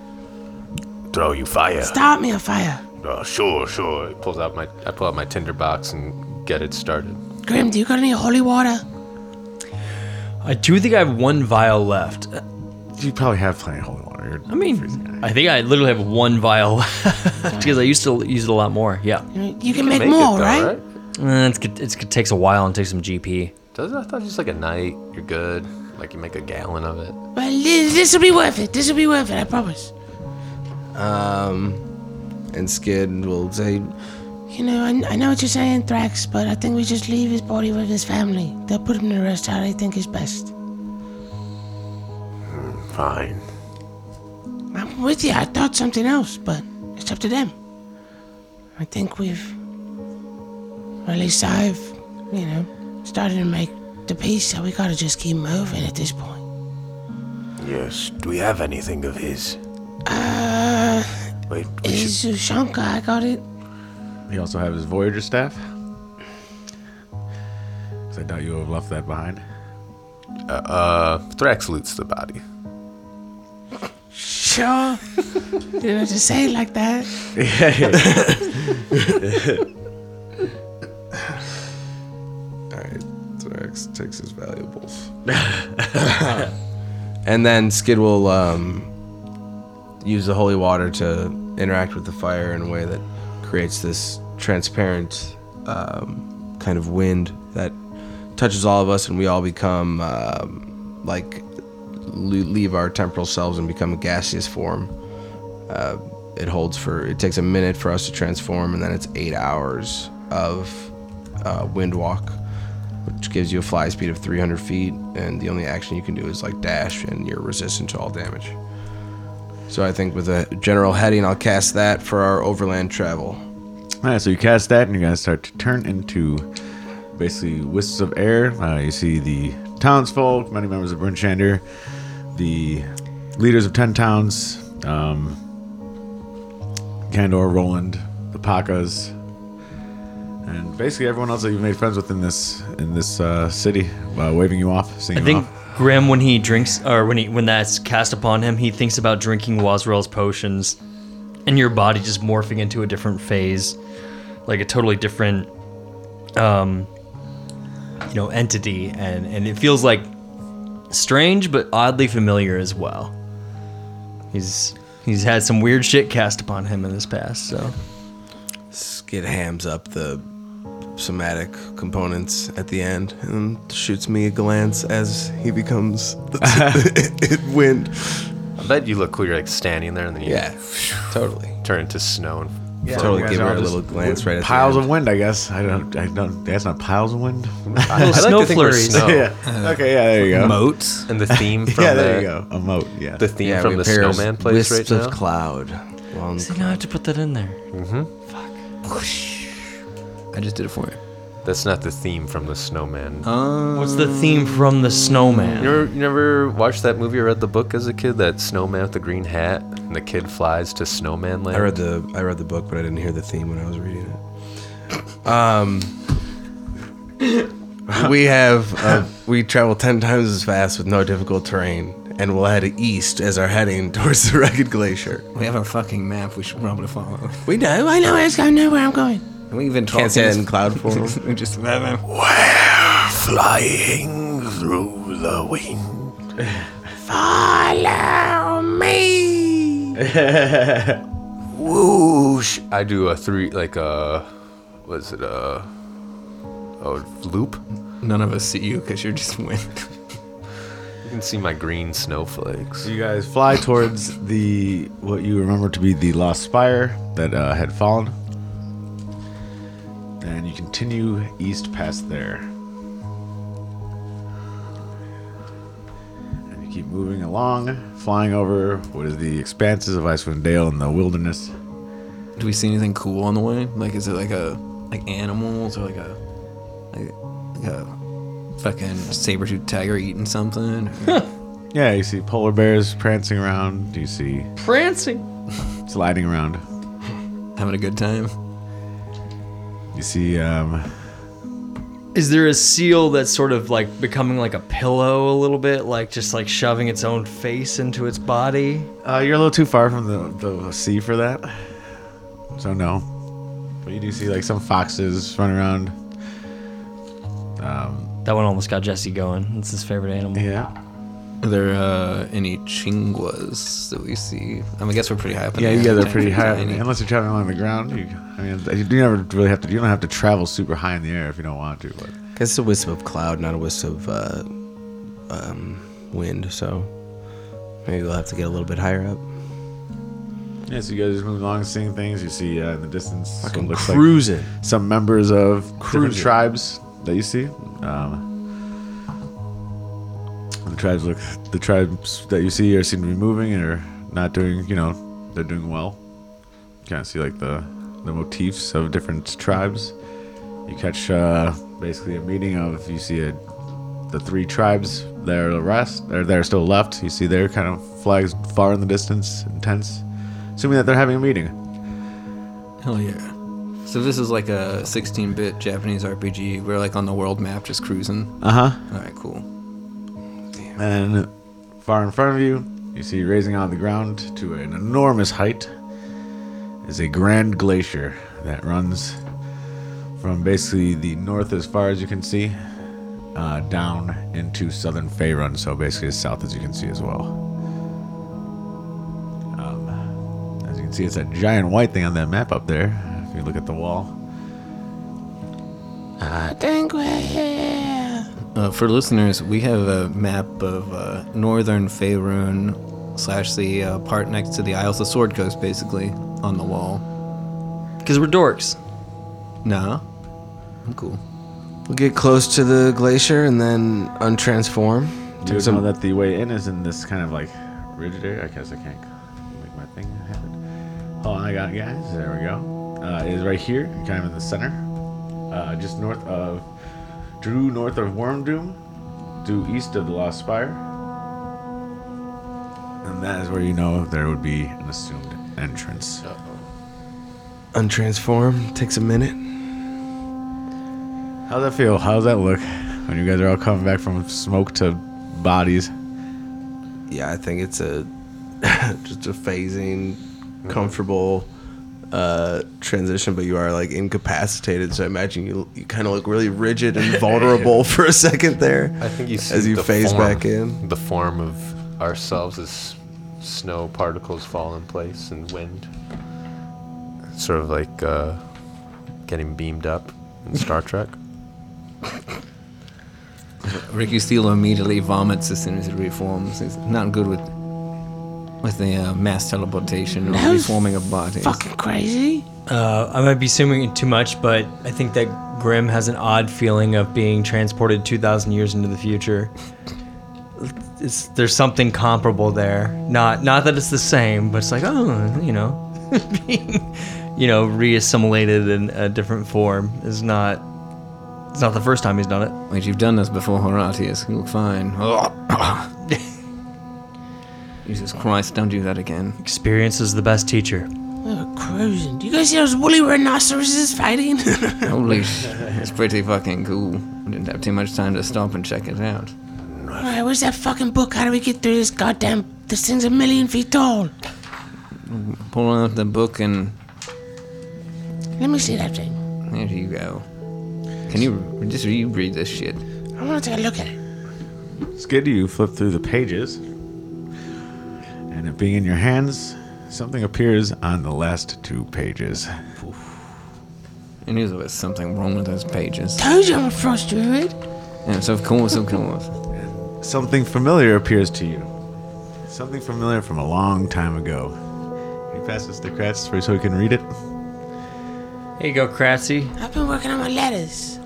S5: Throw you fire.
S10: Start me a fire!
S11: Uh,
S5: Oh, sure, sure. He pulls out my, I pull out my tinder box and get it started.
S10: Grim, do you got any holy water?
S8: I do think I have one vial left.
S3: You probably have plenty of holy water.
S8: I mean, I think I literally have one vial [LAUGHS] because I used to use it a lot more. Yeah.
S10: You can make more, right?
S8: Uh, it's, good- it's, it takes a while and takes some GP.
S5: Does it? I thought just like a night, you're good. Like you make a gallon of it.
S10: Well, this will be worth it. This will be worth it. I promise.
S9: Um, and Skid will say,
S10: You know, I, I know what you're saying, Thrax, but I think we just leave his body with his family. They'll put him to rest how they think is best.
S5: Fine.
S10: I'm with you. I thought something else, but it's up to them. I think we've, or at least I've, you know, started to make the peace. So we gotta just keep moving at this point.
S11: Yes. Do we have anything of his?
S10: Uh,
S11: Wait, we should-
S10: is Shanka? I got it.
S3: You also have his Voyager staff. Because I doubt you have left that behind.
S5: Uh, uh Thrax loots the body.
S10: Sure. [LAUGHS] Didn't have to say it like that.
S9: [LAUGHS] Alright, Thrax takes his valuables. and then Skid will um, use the holy water to interact with the fire in a way that creates this transparent um, kind of wind that touches all of us, and we all become um, like le- leave our temporal selves and become a gaseous form. Uh, it holds for it takes a minute for us to transform, and then it's eight hours of uh, wind walk, which gives you a fly speed of 300 feet, and the only action you can do is like dash, and you're resistant to all damage. So I think with a general heading, I'll cast that for our overland travel.
S3: All right, so you cast that, and you're gonna start to turn into basically wisps of air. Uh, you see the townsfolk, many members of Brunchander, the leaders of ten towns, um, Kandor, Roland, the Pakas, and basically everyone else that you've made friends with in this in this uh, city, uh, waving you off, seeing
S8: I
S3: you
S8: think
S3: off.
S8: Grim, when he drinks, or when he when that's cast upon him, he thinks about drinking Wazrael's potions, and your body just morphing into a different phase, like a totally different, um, you know, entity, and and it feels like strange but oddly familiar as well. He's he's had some weird shit cast upon him in this past, so.
S9: Skid hams up the somatic components at the end and shoots me a glance as he becomes [LAUGHS] wind.
S5: I bet you look cool, you're like standing there and then you
S9: Yeah, totally
S5: turn into snow [LAUGHS] and
S9: Yeah, Totally you guys give are her all a just little glance right at the
S3: piles of wind, I guess. I don't. I don't. That's not piles of wind.
S5: I like to think we're
S3: [LAUGHS]
S5: snow.
S3: yeah. Okay. Yeah. There you go.
S5: Moats and the theme
S3: [LAUGHS]
S5: from
S3: yeah. There
S5: the-
S3: you go. A moat. Yeah.
S5: the theme Yeah, from we the pair snowman place wisps right of now.
S9: cloud.
S8: See, now I have to put that in there.
S5: Mm-hmm.
S4: I just did it for you.
S5: That's not the theme from the snowman.
S8: What's the theme from the snowman?
S5: You never, you never watched that movie or read the book as a kid? That snowman with the green hat and the kid flies to snowman land?
S9: I read the I read the book, but I didn't hear the theme when I was reading it. Um, we have uh, we travel ten times as fast with no difficult terrain, and we'll head east as our heading [LAUGHS] towards the Rugged Glacier.
S4: We have a fucking map we should probably follow.
S9: We know.
S10: I know. I just- I know where I'm going.
S4: Can we even talk?
S9: Can't say
S4: [LAUGHS]
S9: that in cloud form.
S4: We just
S11: Flying through the wind.
S10: Follow me.
S5: Whoosh! I do a three, like a, was it a, a loop?
S4: None of us see you because you're just [LAUGHS] wind.
S5: you can see my green snowflakes.
S3: You guys fly towards the what you remember to be the lost spire that uh, had fallen, and you continue east past there. And you keep moving along, flying over what is the expanses of Icewind Dale and the wilderness.
S4: Do we see anything cool on the way? Like, is it like a like animals or like a like, like a fucking saber tooth tiger eating something?
S3: Yeah, you see polar bears prancing around. You see
S14: Prancing.
S3: sliding around,
S4: [LAUGHS] having a good time.
S3: You see, um,
S8: Is there a seal that's sort of like becoming like a pillow a little bit, like just like shoving its own face into its body?
S3: Uh, you're a little too far from the, the sea for that. So, no. But you do see, like, some foxes run around. Um,
S8: that one almost got Jesse going. It's his favorite animal.
S3: Yeah.
S4: Are there uh, any chinguas that we see? I mean, I guess we're pretty high up. in
S3: yeah,
S4: the
S3: you
S4: air.
S3: guys are pretty
S4: Tiny,
S3: high. [LAUGHS]
S4: tiny.
S3: Unless you're traveling along the ground, you, I mean, you do never really have to. You don't have to travel super high in the air if you don't want to. But
S9: It's a wisp of cloud, not a wisp of uh, um, wind, so maybe we'll have to get a little bit higher up.
S3: yeah, so you guys just move along, seeing things. You see uh, in the distance, what
S9: Fucking
S3: looks
S9: cruising.
S3: Like some members of different
S9: Cruising.
S3: tribes that you see. Um, the tribes look. The tribes that you see are seem to be moving and are not doing. You know, they're doing well. You kind of see like the the motifs of different tribes. You catch uh, basically a meeting of you see a, the three tribes that are rest or that are still left. You see their kind of flags far in the distance, intense, assuming that they're having a meeting.
S4: Hell yeah. So this is like a 16-bit Japanese RPG. We're like on the world map, just cruising.
S3: Uh huh.
S4: All right, cool.
S3: And far in front of you, you see raising out of the ground to an enormous height is a grand glacier that runs from basically the north as far as you can see uh, down into southern Faerun, so basically as south as you can see as well. Um, as you can see, it's that giant white thing on that map up there. If you look at the wall,
S10: I think we're here.
S4: Uh, for listeners, we have a map of uh, northern Faerun slash the uh, part next to the Isles of Sword Coast, basically, on the wall.
S8: Because we're dorks.
S4: Nah. I'm cool.
S9: We'll get close to the glacier and then untransform.
S3: you
S9: Take
S3: know
S9: some
S3: that the way in is in this kind of like rigid area. I guess I can't make my thing happen. Hold on, I got it, guys. There we go. Uh, it is right here, kind of in the center, uh, just north of Drew, north of Wormdoom, due east of the Lost Spire, and that is where you know there would be an assumed entrance.
S9: untransform. Takes a minute.
S3: How's that feel? How's that look when you guys are all coming back from smoke to bodies?
S9: Yeah, I think it's a [LAUGHS] just a phasing, comfortable uh, transition. But you are like incapacitated, so I imagine you you kind of look really
S5: [LAUGHS]
S9: rigid and vulnerable for a second there.
S5: I think you see
S9: as you
S5: the
S9: phase
S5: form-
S9: back in.
S5: The form of ourselves as snow particles fall in place and wind. Sort of like uh, getting beamed up in Star Trek.
S4: Ricky Steele immediately vomits as soon as he reforms. He's not good with with the uh, mass teleportation or
S8: That was
S4: reforming of bodies.
S8: fucking
S10: Crazy.
S8: Uh, I might be assuming too much, but I think that Grim has an odd feeling of being transported 2,000 years into the future. It's, there's something comparable there. Not not that it's the same, but it's like oh, you know, [LAUGHS] being you know reassimilated in a different form is not. It's not the first time he's done it.
S4: Wait, you've done this before, Horatius. You look fine. [LAUGHS] Jesus Christ, don't do that
S8: [LAUGHS]
S4: again.
S8: Experience is the best teacher.
S10: We were cruising. Do you guys see those woolly rhinoceroses fighting?
S4: Holy sh! It's pretty fucking cool. I didn't have too much time to stop and check it out.
S10: All right, where's that fucking book? How do we get through this goddamn? This thing's a million feet tall.
S4: Pulling out the book and
S10: Let me see that thing.
S4: there you go. Can you just reread this shit?
S10: I want to take a look at it.
S3: Skid, you flip through the pages, and it being in your hands, something appears on the last two pages.
S4: I knew there was something wrong with those pages.
S10: Told you I'm a frost druid.
S4: Yeah, so of course, of course.
S3: Something familiar appears to you. Something familiar from a long time ago. He passes the Kratz for- so he can read it.
S8: Here you go, Kratzy.
S10: I've been working on my letters.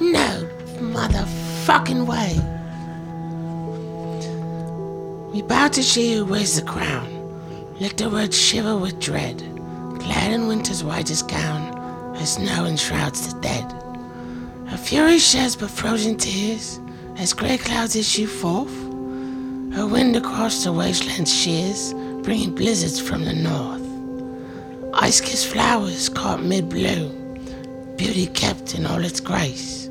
S10: No motherfucking way. We bow to she who wears the crown. Let the world shiver with dread. Clad in winter's whitest gown, as snow enshrouds the dead. Her fury sheds but frozen tears as grey clouds issue forth. Her wind across the wasteland shears, bringing blizzards from the north. Ice kissed flowers caught mid bloom, beauty kept in all its grace.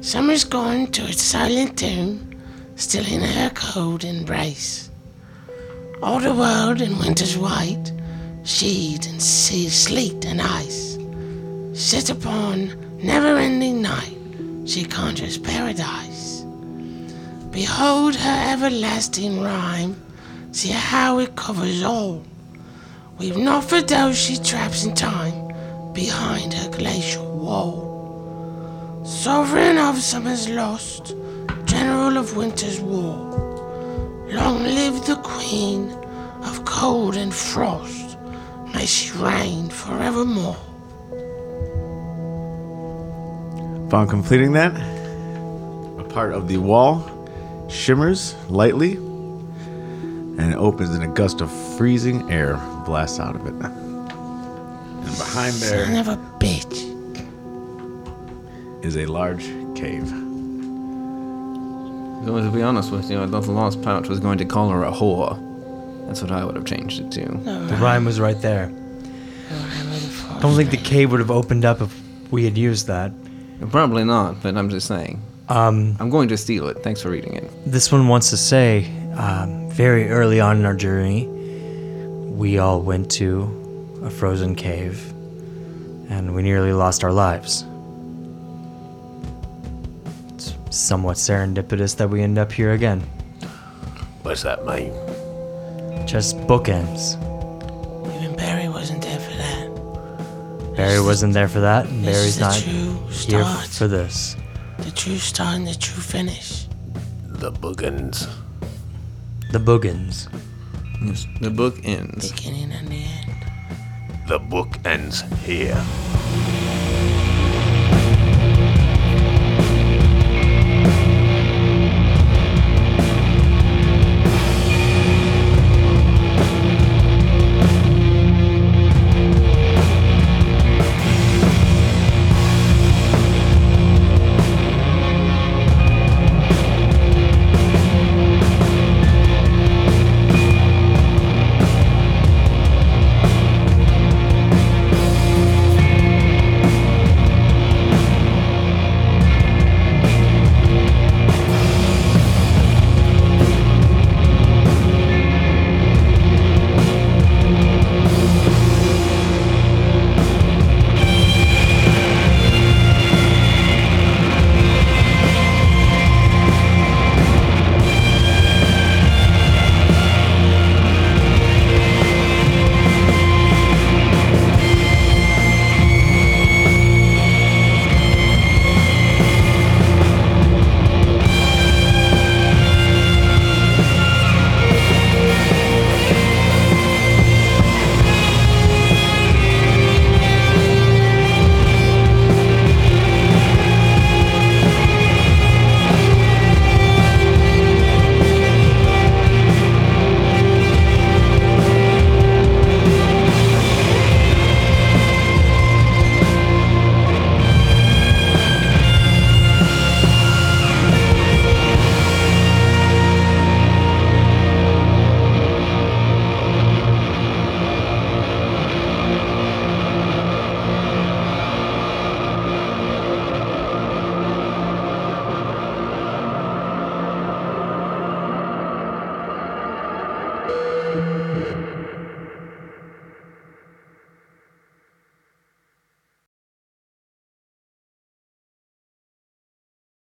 S10: Summer's gone to its silent tomb, still in her cold embrace. All the world in winter's white, sheathed in sea, sleet, and ice. Sit upon never ending night, she conjures paradise. Behold her everlasting rhyme, see how it covers all. We've not for those she traps in time behind her glacial wall. Sovereign of summer's lost, general of winter's war. Long live the queen of cold and frost. May she reign forevermore.
S3: Upon completing that, a part of the wall shimmers lightly and it opens and a gust of freezing air blasts out of it. And behind there
S10: Son of a bitch.
S3: is a large cave.
S4: So to be honest with you, I thought the last pouch was going to call her a whore. That's what I would have changed it to.
S8: The rhyme was right there. I don't think the cave would have opened up if we had used that.
S4: Probably not, but I'm just saying.
S8: Um,
S4: I'm going to steal it. Thanks for reading it.
S8: This one wants to say um, very early on in our journey, we all went to a frozen cave and we nearly lost our lives. It's somewhat serendipitous that we end up here again.
S11: What's that mean?
S8: Just bookends.
S10: Even Barry wasn't there for that.
S8: Barry wasn't there for that, and
S10: This is
S8: Barry's
S10: the
S8: not
S10: true
S8: here
S10: start.
S8: for this.
S10: The true start and the true finish.
S11: The boogans.
S8: The bookends.
S4: The book ends.
S10: Beginning and the end.
S11: The book ends here.